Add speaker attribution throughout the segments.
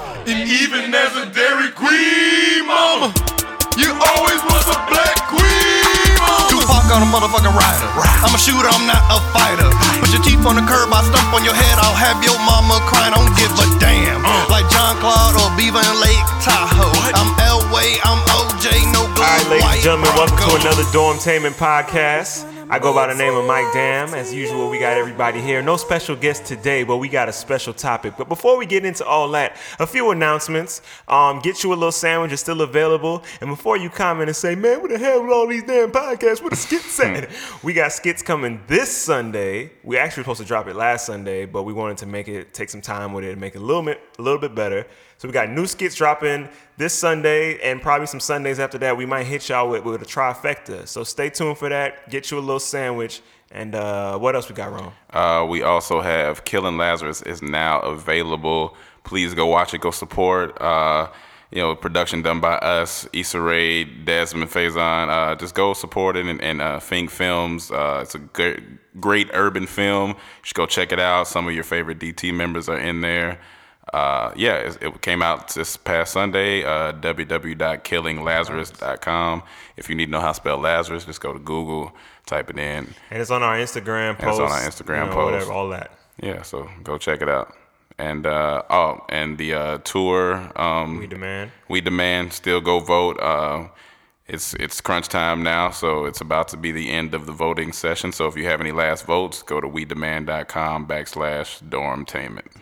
Speaker 1: And even as a Dairy Queen mama, you always was a black queen mama.
Speaker 2: Tupac on a motherfucking rider. I'm a shooter, I'm not a fighter. Put your teeth on the curb, I stomp on your head. I'll have your mama crying, I don't give a damn.
Speaker 3: Uh.
Speaker 2: Like John Claude or Beaver in Lake Tahoe. I'm Elway, I'm OJ, no
Speaker 3: All
Speaker 2: black
Speaker 3: right, ladies and
Speaker 2: white,
Speaker 3: gentlemen, welcome to
Speaker 2: Bronco.
Speaker 3: another Dorm Taming podcast. I go by the name of Mike Dam. As usual, we got everybody here. No special guest today, but we got a special topic. But before we get into all that, a few announcements. Um, get you a little sandwich; it's still available. And before you comment and say, "Man, what the hell with all these damn podcasts? What the skits at?" we got skits coming this Sunday. We actually were supposed to drop it last Sunday, but we wanted to make it take some time with it and make it a little bit a little bit better. So we got new skits dropping this Sunday and probably some Sundays after that. We might hit y'all with, with a trifecta. So stay tuned for that. Get you a little sandwich. And uh, what else we got wrong?
Speaker 4: Uh, we also have Killing Lazarus is now available. Please go watch it. Go support. Uh, you know, production done by us, Issa Rae, Desmond Faison. Uh, just go support it and, and uh, Fink Films. Uh, it's a good, great urban film. You should go check it out. Some of your favorite DT members are in there. Uh, yeah, it, it came out this past Sunday. Uh, www.killinglazarus.com. If you need to know how to spell Lazarus, just go to Google, type it in.
Speaker 3: And it's on our Instagram post.
Speaker 4: it's on our Instagram post.
Speaker 3: Whatever, all that.
Speaker 4: Yeah, so go check it out. And uh, oh, and the uh, tour um,
Speaker 3: We
Speaker 4: we,
Speaker 3: demand.
Speaker 4: demand still go vote. Uh, it's it's crunch time now, so it's about to be the end of the voting session. So if you have any last votes, go to wedemand.com backslash dormtainment.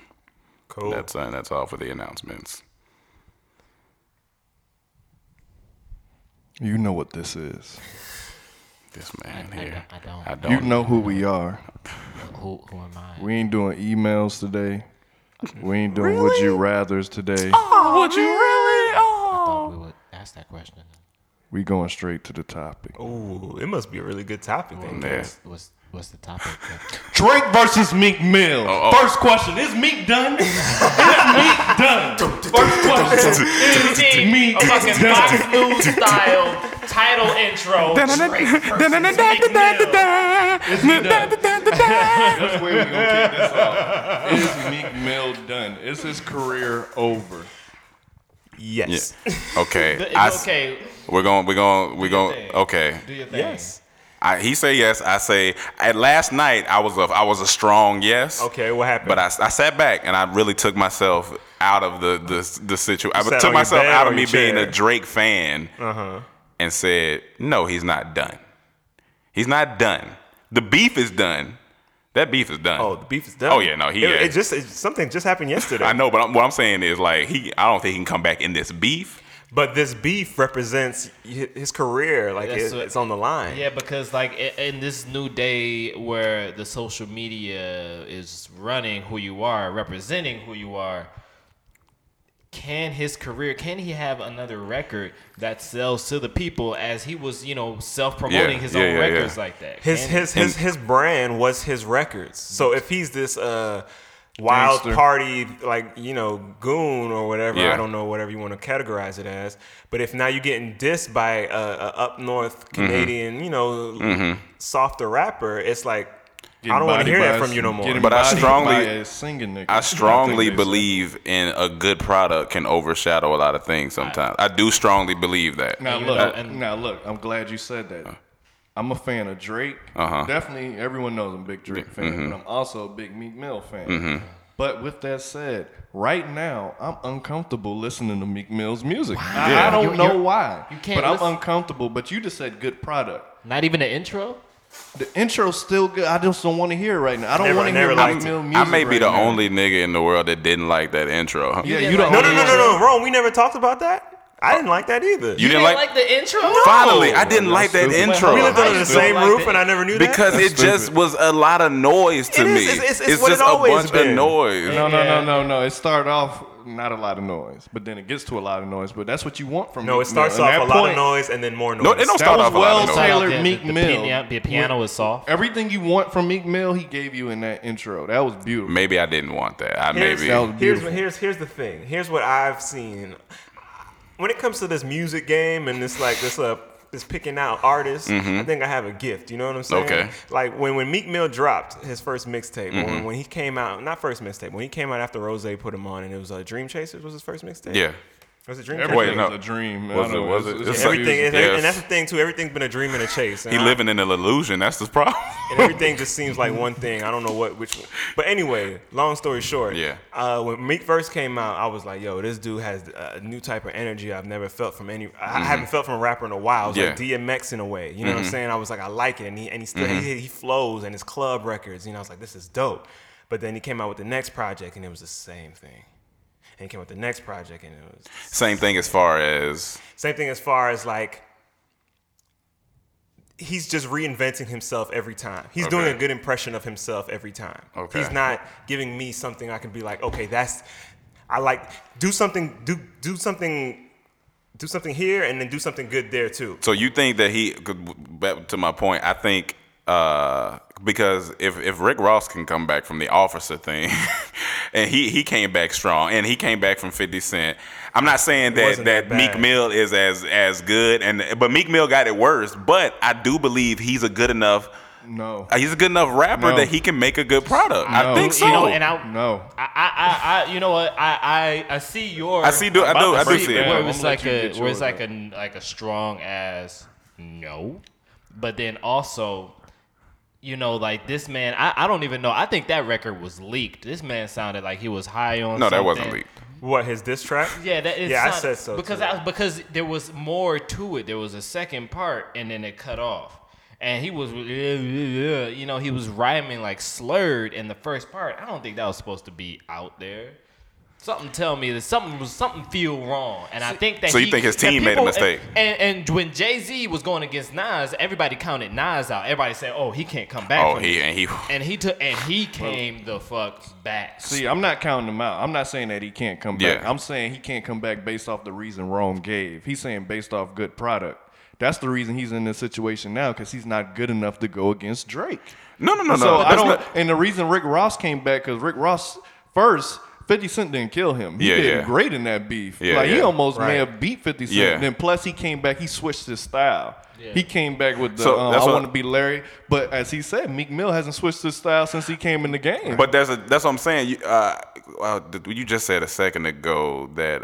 Speaker 3: Cool.
Speaker 4: That's uh, that's all for the announcements.
Speaker 2: You know what this is.
Speaker 4: This man
Speaker 5: I
Speaker 4: here,
Speaker 5: don't- I don't.
Speaker 4: I don't.
Speaker 2: You know who we are.
Speaker 5: Who, who am I?
Speaker 2: We ain't doing emails today. We ain't doing would you rather's today.
Speaker 5: I thought we would ask that question.
Speaker 2: We going straight to the topic.
Speaker 3: Ooh, it must be a really good topic then.
Speaker 4: Yeah.
Speaker 3: guys.
Speaker 5: What's, what's the topic? that-
Speaker 2: Drake versus Meek Mill. First question: Is Meek done? is Meek done? First question:
Speaker 6: Guaranteed
Speaker 2: Me
Speaker 6: a fucking
Speaker 2: done.
Speaker 6: Fox News style title intro.
Speaker 2: That's where we gonna take this off. Is Meek Mill done? Is his career over?
Speaker 3: Yes.
Speaker 4: Okay, I
Speaker 6: It's
Speaker 4: s-
Speaker 6: okay.
Speaker 4: we're going, we're going, we're going.
Speaker 6: thing.
Speaker 4: Okay,
Speaker 6: Do your thing.
Speaker 3: Yes.
Speaker 4: I, he say yes. I say. At last night, I was a, I was a strong yes.
Speaker 3: Okay, what happened?
Speaker 4: But I, I sat back and I really took myself out of the the, the situation. I
Speaker 3: sat on
Speaker 4: took
Speaker 3: your
Speaker 4: myself
Speaker 3: bed
Speaker 4: out
Speaker 3: or
Speaker 4: of me
Speaker 3: your
Speaker 4: being
Speaker 3: chair? Uh-huh.
Speaker 4: a Drake fan and said, "No, he's not done. He's not done. The beef is done. That beef is done."
Speaker 3: Oh, the beef is done.
Speaker 4: Oh, yeah, no, he-
Speaker 3: It,
Speaker 4: yeah.
Speaker 3: it just it, something just happened yesterday.
Speaker 4: I know, but I'm, what I'm saying is like he. I don't think he can come back in this beef.
Speaker 3: But this beef represents hi- his career. Like
Speaker 6: That's
Speaker 3: it,
Speaker 6: what-
Speaker 3: it's on the line.
Speaker 6: Yeah, because like i- in this new day where the social media is running who you are, representing who you are, can his career, can he have another record that sells to the people as he was, you know, self-promoting
Speaker 4: Yeah,
Speaker 6: his
Speaker 4: yeah,
Speaker 6: own
Speaker 4: yeah, yeah.
Speaker 6: records like that?
Speaker 3: His
Speaker 6: Can-
Speaker 3: his his his brand was his records. So if he's this uh wild
Speaker 2: Gangster.
Speaker 3: party like you know goon or whatever
Speaker 4: Yeah.
Speaker 3: i don't know whatever you want to categorize it as but if now you're getting dissed by a, a up north canadian you know softer rapper it's like i don't want to hear that from you no more
Speaker 4: But I strongly-
Speaker 2: singing nigga.
Speaker 4: I strongly
Speaker 2: think they
Speaker 4: believe in a good product can overshadow a lot of things sometimes. I, do strongly believe that.
Speaker 2: Now
Speaker 6: you
Speaker 2: look,
Speaker 6: know, and-
Speaker 2: now look. I'm glad you said that. I'm a fan of Drake.
Speaker 4: Uh-huh. Mm-hmm.
Speaker 2: Definitely, everyone knows I'm a big Drake fan, but I'm also a big Meek Mill fan. But with that said, right now I'm uncomfortable listening to Meek Mill's music. I, I
Speaker 4: Yeah.
Speaker 2: don't
Speaker 6: You-
Speaker 2: know
Speaker 6: you-
Speaker 2: why,
Speaker 6: you can't
Speaker 2: but I'm
Speaker 6: listen-
Speaker 2: uncomfortable. But you just said good product.
Speaker 6: not even an intro.
Speaker 2: The intro's still good. I just don't want to hear it right now. I don't
Speaker 3: Never-
Speaker 2: want to
Speaker 3: never
Speaker 2: hear
Speaker 3: liked
Speaker 2: Meek
Speaker 3: it.
Speaker 2: Mill music.
Speaker 4: I may be
Speaker 2: right
Speaker 4: the
Speaker 2: now.
Speaker 4: only nigga in the world that didn't like that intro. huh?
Speaker 2: Yeah,
Speaker 6: didn't
Speaker 2: you the
Speaker 6: like-
Speaker 3: no
Speaker 2: only
Speaker 3: no no
Speaker 2: one.
Speaker 3: no no Rome, we never talked about that i didn't like that either
Speaker 4: You, didn't
Speaker 6: Didn't
Speaker 4: like,
Speaker 6: like the intro?
Speaker 4: Finally, I didn't
Speaker 2: That's
Speaker 4: like that
Speaker 2: stupid.
Speaker 4: intro
Speaker 3: we lived
Speaker 6: I
Speaker 3: under the
Speaker 6: just don't
Speaker 3: same
Speaker 6: like
Speaker 3: roof
Speaker 6: that.
Speaker 3: and i never knew
Speaker 4: because
Speaker 3: that
Speaker 4: it just was a lot of noise to
Speaker 3: It is,
Speaker 4: me.
Speaker 3: it's- it's- it's what it
Speaker 4: just a
Speaker 3: always
Speaker 4: bunch
Speaker 3: been.
Speaker 4: of noise.
Speaker 2: No, no, no,
Speaker 6: Yeah.
Speaker 2: no, no. It started off not a lot of noise, but then it gets to a lot of noise. But that's what you want from
Speaker 3: no
Speaker 2: Meek
Speaker 3: it starts
Speaker 2: Mill.
Speaker 3: off
Speaker 2: And
Speaker 3: a
Speaker 2: that
Speaker 3: lot
Speaker 2: point,
Speaker 3: of noise and then more noise
Speaker 4: No, it don't
Speaker 2: That
Speaker 4: start
Speaker 2: was
Speaker 4: off a
Speaker 2: well
Speaker 4: lot of noise.
Speaker 2: said. Taylor
Speaker 6: The- the-
Speaker 2: Meek
Speaker 6: the
Speaker 2: Mill.
Speaker 6: piano- The piano is soft.
Speaker 2: Everything you want from Meek Mill, he gave you in that intro. That was beautiful.
Speaker 4: Maybe I didn't want that. I
Speaker 3: Here's,
Speaker 4: maybe.
Speaker 2: That was
Speaker 3: here's
Speaker 2: beautiful.
Speaker 3: here's here's the thing. Here's what I've seen. When it comes to this music game and this like this uh is picking out artists, I think I have a gift. You know what I'm saying?
Speaker 4: Mm-hmm. Okay. Mm-hmm.
Speaker 3: Like when, when Meek Mill dropped his first mixtape, or when, when he came out, not first mixtape, when he came out after Rose put him on, and it was uh, Dream Chasers was his first mixtape.
Speaker 4: Yeah.
Speaker 3: Was it Dream Chasers?
Speaker 4: Wait,
Speaker 1: Everything's
Speaker 4: no.
Speaker 1: a dream. I
Speaker 4: Was
Speaker 1: don't
Speaker 4: it-
Speaker 1: know.
Speaker 4: was
Speaker 1: It's-
Speaker 4: it-
Speaker 1: it's
Speaker 4: it's like-
Speaker 1: confusing.
Speaker 3: Everything, is,
Speaker 4: Yes.
Speaker 3: and that's the thing too. Everything's been a dream and a chase. and
Speaker 4: He
Speaker 3: I-
Speaker 4: living in an illusion. That's the problem.
Speaker 3: and everything just seems like one thing. I don't know what which one. But anyway, long story short,
Speaker 4: Yeah.
Speaker 3: Uh, when Meek first came out, I was like, "Yo, this dude has a new type of energy I've never felt from any. I haven't felt from a rapper in a while. It was like
Speaker 4: Mm-hmm. Yeah. Mm-hmm.
Speaker 3: DMX in a way. You know what I'm saying? I was like, I like it, and he and he still he, he flows and his club records. You know, I was like, this is dope. But then he came out with the next project, and it was the same thing. And he came out with the next project, and it was
Speaker 4: Same thing as far as
Speaker 3: same thing as far as like he's just reinventing himself every time. He's doing
Speaker 4: Okay.
Speaker 3: a good impression of himself every time.
Speaker 4: Okay.
Speaker 3: He's not giving me something I can be like, okay, that's I like do something do do something do something here and then do something good there too.
Speaker 4: So you think that he? 'cause Back to my point, I think uh, because if if Rick Ross can come back from the Officer thing, and he he came back strong, and he came back from Fifty Cent. I'm not saying that
Speaker 3: wasn't
Speaker 4: that,
Speaker 3: that
Speaker 4: Meek
Speaker 3: bad.
Speaker 4: Mill is as as good, and but Meek Mill got it worse. But I do believe he's a good enough.
Speaker 1: No.
Speaker 4: uh, He's a good enough rapper
Speaker 1: No.
Speaker 4: that he can make a good product. I
Speaker 1: No.
Speaker 4: think so.
Speaker 6: You know, and I,
Speaker 1: No.
Speaker 6: I, I, I, I, you know what? I, I, I see your.
Speaker 4: I see- do- I
Speaker 6: I'm
Speaker 4: do-
Speaker 6: about to
Speaker 4: I do see it.
Speaker 6: Where
Speaker 4: I'm
Speaker 6: it's
Speaker 1: gonna
Speaker 6: like
Speaker 1: let you
Speaker 6: a,
Speaker 1: get
Speaker 6: where it's
Speaker 1: yours
Speaker 6: like a, like a strong ass no, but then also, you know, like this man. I, I don't even know. I think that record was leaked. This man sounded like he was high on.
Speaker 4: no, that
Speaker 6: something.
Speaker 4: wasn't leaked.
Speaker 3: What his diss track?
Speaker 6: Yeah, that is
Speaker 3: Yeah, I
Speaker 6: sound-
Speaker 3: said so,
Speaker 6: because
Speaker 3: too.
Speaker 6: I, because there was more to it. There was a second part, and then it cut off. And he was, you know, he was rhyming like slurred in the first part. I don't think that was supposed to be out there. Something tell me that something was something feel wrong, and I think that
Speaker 4: So you
Speaker 6: he-
Speaker 4: think his
Speaker 6: and
Speaker 4: team made a
Speaker 6: people-
Speaker 4: mistake?
Speaker 6: And, and, and when Jay Z was going against Nas, everybody counted Nas out. Everybody said, "Oh, he can't come back."
Speaker 4: Oh,
Speaker 6: from
Speaker 4: he
Speaker 6: this."
Speaker 4: and he.
Speaker 6: and he took and he came the fuck back.
Speaker 1: See, I'm not counting him out. I'm not saying that he can't come back.
Speaker 4: Yeah.
Speaker 1: I'm saying he can't come back based off the reason Rome gave. He's saying based off good product. That's the reason he's in this situation now because he's not good enough to go against Drake.
Speaker 4: No, no, no, no.
Speaker 1: so I
Speaker 4: that's
Speaker 1: don't.
Speaker 4: not-
Speaker 1: and the reason Rick Ross came back because Rick Ross first. 50 Cent didn't kill him. He
Speaker 4: Yeah,
Speaker 1: did
Speaker 4: yeah.
Speaker 1: great in that beef.
Speaker 4: Yeah,
Speaker 1: like he
Speaker 4: yeah.
Speaker 1: almost may
Speaker 3: Right.
Speaker 1: have beat 50 Cent.
Speaker 4: Yeah.
Speaker 1: Then plus he came back, he switched his style. He came back with the
Speaker 4: So,
Speaker 1: um,
Speaker 4: that's
Speaker 1: I
Speaker 4: what-
Speaker 1: want to be Larry. But as he said, Meek Mill hasn't switched his style since he came in the game.
Speaker 4: But that's a, that's what I'm saying. You, uh, uh, th- you just said a second ago that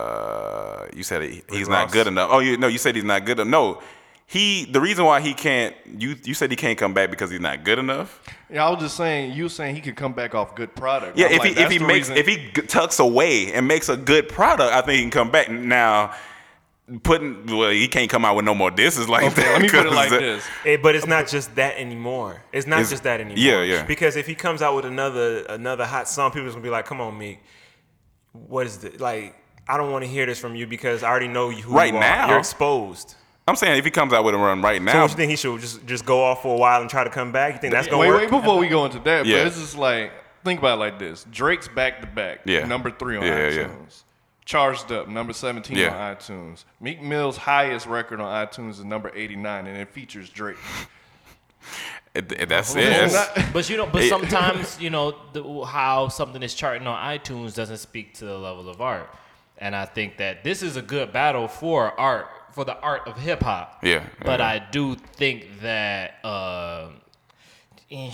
Speaker 4: uh, you said he, he's not
Speaker 3: Ross.
Speaker 4: good enough. Oh, you no, you said he's not good enough. No, he. The reason why he can't you you said he can't come back because he's not good enough.
Speaker 1: Yeah, I was just saying. You saying he could come back off good product.
Speaker 4: Yeah,
Speaker 1: I'm
Speaker 4: if
Speaker 1: like,
Speaker 4: he if
Speaker 1: that's
Speaker 4: he
Speaker 1: the
Speaker 4: makes
Speaker 1: reason-
Speaker 4: if he g- tucks away and makes a good product, I think he can come back. Now, putting well, he can't come out with no more disses like
Speaker 1: Okay,
Speaker 4: that.
Speaker 1: let me put it
Speaker 4: 'cause
Speaker 1: like
Speaker 4: that-
Speaker 1: this.
Speaker 3: Eh, but it's not just that anymore. It's not
Speaker 4: It's-
Speaker 3: just that anymore.
Speaker 4: yeah, yeah.
Speaker 3: Because if he comes out with another another hot song, people's gonna be like, "Come on, Meek, what is this? Like, I don't want to hear this from you because I already know who
Speaker 4: Right
Speaker 3: you are.
Speaker 4: now?
Speaker 3: You're exposed."
Speaker 4: I'm saying if he comes out with a run right
Speaker 3: So
Speaker 4: now,
Speaker 3: what you think he should just just go off for a while and try to come back? You think that's gonna
Speaker 1: wait,
Speaker 3: work?
Speaker 1: wait, before we go into that,
Speaker 4: Yeah.
Speaker 1: but it's just like think about it like this: Drake's back to back,
Speaker 4: Yeah.
Speaker 1: number three on
Speaker 4: Yeah,
Speaker 1: iTunes.
Speaker 4: yeah, yeah.
Speaker 1: Charged up, number seventeen
Speaker 4: Yeah.
Speaker 1: on iTunes. Meek Mill's highest record on iTunes is number eighty-nine, and it features Drake.
Speaker 4: it- it- that's it.
Speaker 1: It's
Speaker 4: That's-
Speaker 1: not-
Speaker 6: But you know, but
Speaker 4: It-
Speaker 6: sometimes you know the, how something is charting on iTunes doesn't speak to the level of art, and I think that this is a good battle for art for the art of hip hop.
Speaker 4: Yeah,
Speaker 6: But
Speaker 4: yeah.
Speaker 6: I do think that uh, I,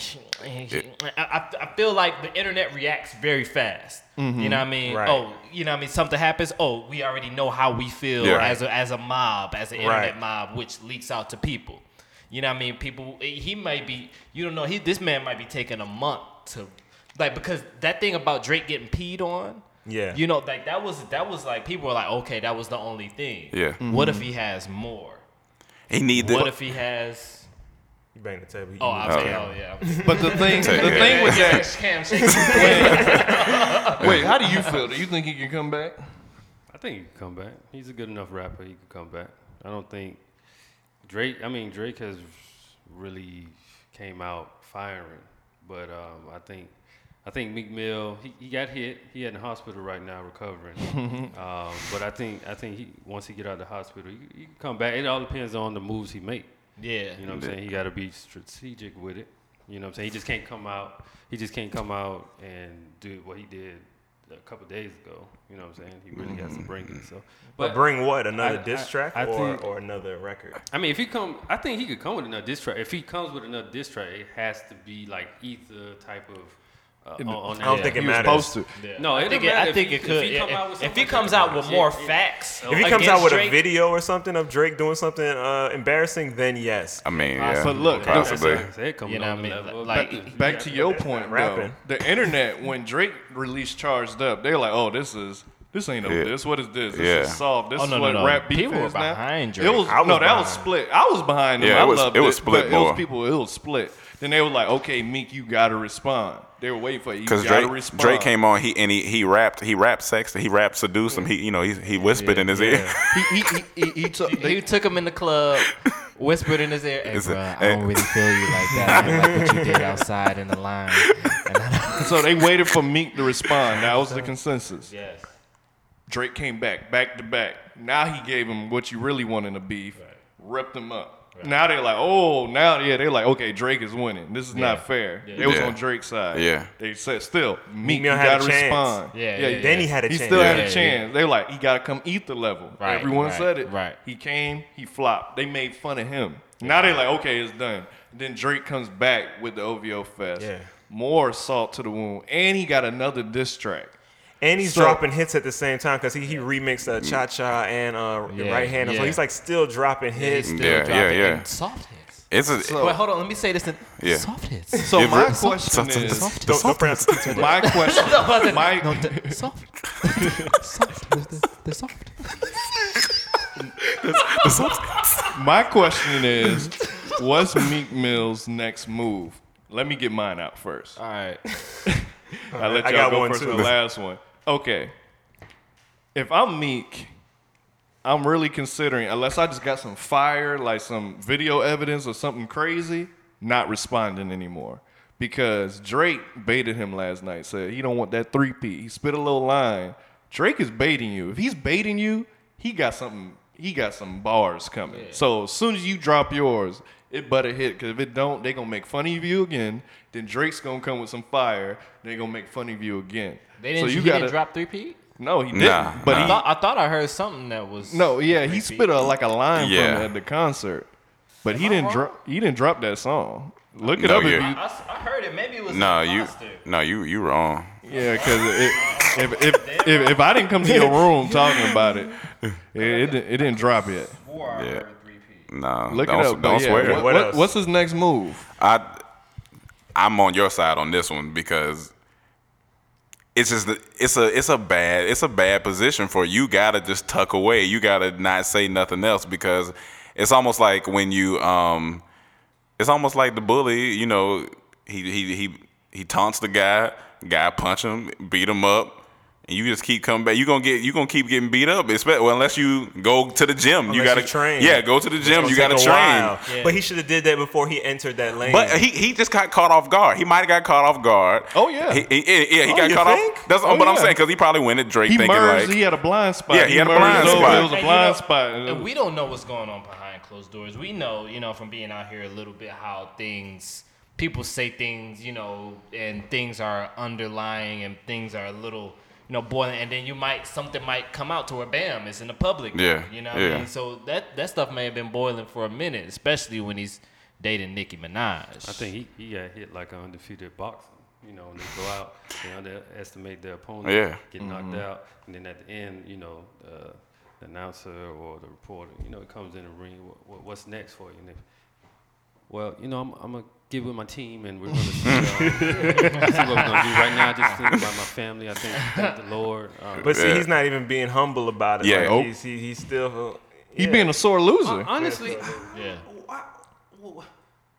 Speaker 6: I I feel like the internet reacts very fast. You know what I mean?
Speaker 3: Mm-hmm. Right.
Speaker 6: Oh, you know what I mean? Something happens. Oh, we already know how we feel
Speaker 4: Yeah.
Speaker 6: as a, as a mob, as an internet
Speaker 3: Right.
Speaker 6: mob, uh, which leaks out to people. You know what I mean? People, he might be, you don't know, he this man might be taking a month to, like, because that thing about Drake getting peed on.
Speaker 3: Yeah.
Speaker 6: You know, like that was that was like people were like, okay, that was the only thing.
Speaker 4: Yeah.
Speaker 6: What
Speaker 3: Mm-hmm.
Speaker 6: if he has more?
Speaker 4: he need
Speaker 6: What
Speaker 4: to
Speaker 6: if he has?
Speaker 3: You bang the table. you
Speaker 6: Oh,
Speaker 3: move
Speaker 6: I
Speaker 3: the
Speaker 6: was,
Speaker 3: camera.
Speaker 6: oh yeah. The
Speaker 1: But the thing, the
Speaker 4: Take it.
Speaker 1: thing with that,
Speaker 6: Cam, shake his
Speaker 1: wait, how do you feel? Do you think he can come back?
Speaker 7: I think he can come back. He's a good enough rapper. He can come back. I don't think Drake. I mean, Drake has really came out firing, but um, I think I think Meek Mill. He, he got hit. He in the hospital right now recovering. um, but I think I think he once he get out of the hospital, he, he can come back. It all depends on the moves he make.
Speaker 6: Yeah.
Speaker 7: You know what I'm saying? He got to be strategic with it. You know what I'm saying? He just can't come out. He just can't come out and do what he did a couple days ago. You know what I'm saying? He really has to bring it. So,
Speaker 3: Mm-hmm. But bring what? Another
Speaker 7: I-
Speaker 3: diss
Speaker 7: I-
Speaker 3: track
Speaker 7: I
Speaker 3: or,
Speaker 7: think-
Speaker 3: or another record?
Speaker 7: I mean, if he come, I think he could come with another diss track. If he comes with another diss track, it has to be like ether type of. Uh, on, on that
Speaker 3: I don't
Speaker 7: album.
Speaker 3: think it
Speaker 1: He was
Speaker 3: matters.
Speaker 1: supposed to.
Speaker 7: No,
Speaker 6: I
Speaker 7: it
Speaker 6: think
Speaker 7: don't
Speaker 6: it,
Speaker 7: matter
Speaker 6: I think it
Speaker 7: if,
Speaker 6: could.
Speaker 7: If he, come out with
Speaker 6: If he
Speaker 7: something
Speaker 6: comes
Speaker 7: that
Speaker 6: out with
Speaker 7: matters,
Speaker 6: more
Speaker 7: it- it-
Speaker 6: facts,
Speaker 3: If he comes out
Speaker 6: against
Speaker 3: with a
Speaker 6: Drake,
Speaker 3: video or something of Drake doing something uh, embarrassing, then yes.
Speaker 4: I mean,
Speaker 1: Uh,
Speaker 4: yeah,
Speaker 1: but look,
Speaker 7: that's
Speaker 4: possibly.
Speaker 7: what I said, coming
Speaker 6: you know
Speaker 7: on
Speaker 6: what I
Speaker 7: the level
Speaker 6: mean?
Speaker 7: of-
Speaker 6: Like,
Speaker 1: Back to your point, though.
Speaker 3: rapping.
Speaker 1: The internet, when Drake released "Charged Up," they're like, "Oh, this is this ain't no
Speaker 4: Yeah.
Speaker 1: this. What is this? This
Speaker 4: Yeah.
Speaker 1: is soft. This
Speaker 6: Oh,
Speaker 1: is
Speaker 6: no, no,
Speaker 1: what
Speaker 6: no.
Speaker 1: rap beef
Speaker 6: People were
Speaker 1: is now."
Speaker 6: behind
Speaker 1: It
Speaker 6: Drake.
Speaker 1: was,
Speaker 3: I was
Speaker 1: no, that was
Speaker 3: behind.
Speaker 1: split. I was behind. Them.
Speaker 4: Yeah, it
Speaker 1: I
Speaker 4: was-
Speaker 1: loved
Speaker 4: it was split
Speaker 1: but It
Speaker 4: more.
Speaker 1: was people. It was split. Then they were like, "Okay, Meek, you gotta respond." They were waiting for you. You
Speaker 4: Because
Speaker 1: gotta
Speaker 4: Drake,
Speaker 1: respond.
Speaker 4: Drake came on, he and he, he rapped, he rapped sex, he rapped seduced him. He you know he, he whispered in his ear.
Speaker 1: He he he, he, he took.
Speaker 6: They
Speaker 1: They,
Speaker 6: took him in the club, whispered in his ear, "Hey,
Speaker 4: It's a-
Speaker 6: bro, I
Speaker 4: hey."
Speaker 6: don't really feel you like that, man, like what you did outside in the line." And I
Speaker 1: so they waited for Meek to respond. That was the consensus.
Speaker 6: yes.
Speaker 1: Drake came back, back to back. Now he gave him what you really want in a beef, repped him up. Now they're like, oh, now yeah, they're like, okay, Drake is winning. This is not fair. They was
Speaker 4: Yeah.
Speaker 1: on Drake's side.
Speaker 4: Yeah.
Speaker 1: they said still, Meek you
Speaker 3: Mill had a
Speaker 1: gotta
Speaker 3: chance.
Speaker 1: respond.
Speaker 6: Yeah, yeah,
Speaker 3: Then he had a
Speaker 1: he
Speaker 3: chance.
Speaker 1: still had
Speaker 6: Yeah,
Speaker 1: a chance. They like, he gotta come ether level.
Speaker 6: Right,
Speaker 1: Everyone
Speaker 6: right,
Speaker 1: said it.
Speaker 6: right.
Speaker 1: He came, he flopped. They made fun of him. Now they're like, okay, it's done. Then Drake comes back with the OVO Fest.
Speaker 3: Yeah.
Speaker 1: More salt to the wound, and he got another diss track.
Speaker 3: And he's
Speaker 1: So-
Speaker 3: dropping hits at the same time because he, he remixed uh, Cha Cha and uh,
Speaker 6: Yeah,
Speaker 3: Right Hand. So
Speaker 6: yeah.
Speaker 3: he's like still dropping hits.
Speaker 6: Still
Speaker 4: Yeah,
Speaker 6: dropping
Speaker 4: yeah, yeah.
Speaker 6: in Soft hits.
Speaker 4: It's a
Speaker 1: So-
Speaker 6: Wait, hold on. Let me say this. In,
Speaker 4: Yeah.
Speaker 6: Soft hits.
Speaker 1: So
Speaker 4: Yeah,
Speaker 1: my
Speaker 4: bro.
Speaker 1: question is,
Speaker 3: Don't, don't pronounce it too much.
Speaker 1: My question.
Speaker 6: No, I said-
Speaker 1: my,
Speaker 6: no, the, soft. soft. The, the, the soft.
Speaker 1: my question is, what's Meek Mill's next move? Let me get mine out first.
Speaker 6: All right.
Speaker 1: I let
Speaker 3: I
Speaker 1: y'all
Speaker 3: got
Speaker 1: go
Speaker 3: one
Speaker 1: first
Speaker 3: too.
Speaker 1: with the last one. Okay. If I'm Meek, I'm really considering, unless I just got some fire, like some video evidence or something crazy, not responding anymore. Because Drake baited him last night, said he don't want that three P. He spit a little line. Drake is baiting you. If he's baiting you, he got something. He got some bars coming. So as soon as you drop yours, it better hit. Because if it don't, they gonna make fun of you again. Then Drake's gonna come with some fire. They gonna make fun of you again.
Speaker 6: They didn't.
Speaker 1: so you
Speaker 6: he
Speaker 1: gotta
Speaker 6: didn't drop three P.
Speaker 1: No, he didn't.
Speaker 4: Nah,
Speaker 1: but
Speaker 4: nah.
Speaker 1: he
Speaker 6: I thought I heard something that was.
Speaker 1: no, yeah, he spit a, like a line
Speaker 4: Yeah.
Speaker 1: from it at the concert, but he didn't drop. He didn't drop that song. Look it
Speaker 4: No,
Speaker 1: up if
Speaker 4: yeah.
Speaker 1: you,
Speaker 6: I, s- I heard it. Maybe it was.
Speaker 4: no
Speaker 6: in
Speaker 4: you
Speaker 6: Foster.
Speaker 4: no you you wrong.
Speaker 1: yeah, because if if, if if I didn't come to your room talking about it, it, it, didn't- it didn't drop yet.
Speaker 6: Four, I
Speaker 4: Yeah.
Speaker 6: heard three P.
Speaker 4: No,
Speaker 1: Look
Speaker 4: don't,
Speaker 1: it up. but
Speaker 4: don't
Speaker 1: yeah,
Speaker 4: swear.
Speaker 1: What,
Speaker 3: What
Speaker 1: what-
Speaker 3: else?
Speaker 1: what's his next move?
Speaker 4: I I'm on your side on this one because it's just the- it's a it's a bad it's a bad position for you. Gotta just tuck away. You gotta not say nothing else because it's almost like when you um it's almost like the bully. You know he he he he taunts the guy. Guy punch him, beat him up. And you just keep coming back. You gonna get. You gonna keep getting beat up. Expect well, unless you go to the gym. you
Speaker 3: Unless
Speaker 4: gotta
Speaker 3: you train.
Speaker 4: Yeah, go to the gym. You
Speaker 3: It's gonna
Speaker 4: gotta
Speaker 3: take
Speaker 4: train.
Speaker 3: a while.
Speaker 6: Yeah.
Speaker 3: But he should have did that before he entered that lane.
Speaker 4: But he, he just got caught off guard. He might have got caught off guard.
Speaker 1: Oh, yeah.
Speaker 4: He, he- yeah, yeah, he
Speaker 3: Oh,
Speaker 4: got
Speaker 3: you
Speaker 4: caught
Speaker 3: think?
Speaker 4: off. That's
Speaker 1: Oh,
Speaker 4: but I'm
Speaker 1: yeah.
Speaker 4: saying because he probably went at Drake
Speaker 1: He
Speaker 4: thinking
Speaker 1: merged.
Speaker 4: like,
Speaker 1: he had a blind spot.
Speaker 4: Yeah, he had a
Speaker 1: merged
Speaker 4: blind
Speaker 1: over,
Speaker 4: spot.
Speaker 1: It was a
Speaker 6: And you
Speaker 1: blind
Speaker 6: know-
Speaker 1: spot.
Speaker 6: And we don't know what's going on behind closed doors. We know, you know, from being out here a little bit how things people say things, you know, and things are underlying and things are a little, you know, boiling and then you might something might come out to where bam, it's in the public. now,
Speaker 4: Yeah,
Speaker 6: You know what I
Speaker 4: yeah.
Speaker 6: mean? So that that stuff may have been boiling for a minute, especially when he's dating Nicki Minaj.
Speaker 7: I think he, he got hit like an undefeated boxer. You know, when they go out, they underestimate their opponent,
Speaker 4: Yeah.
Speaker 7: get knocked out, and then at the end, you know, uh, the announcer or the reporter, you know, it comes in the ring. What, what, what's next for you? And if, well, you know, I'm, I'm gonna get with my team, and we're gonna see, uh, see what we're gonna do. Right now, I just think about my family. I think thank the Lord. Uh,
Speaker 3: But see,
Speaker 4: Yeah.
Speaker 3: he's not even being humble about it.
Speaker 4: Yeah.
Speaker 3: Like,
Speaker 4: Nope.
Speaker 3: he's, he, he's still. uh,
Speaker 1: He
Speaker 3: yeah.
Speaker 1: being a sore loser.
Speaker 7: honestly,
Speaker 6: yeah.
Speaker 7: I,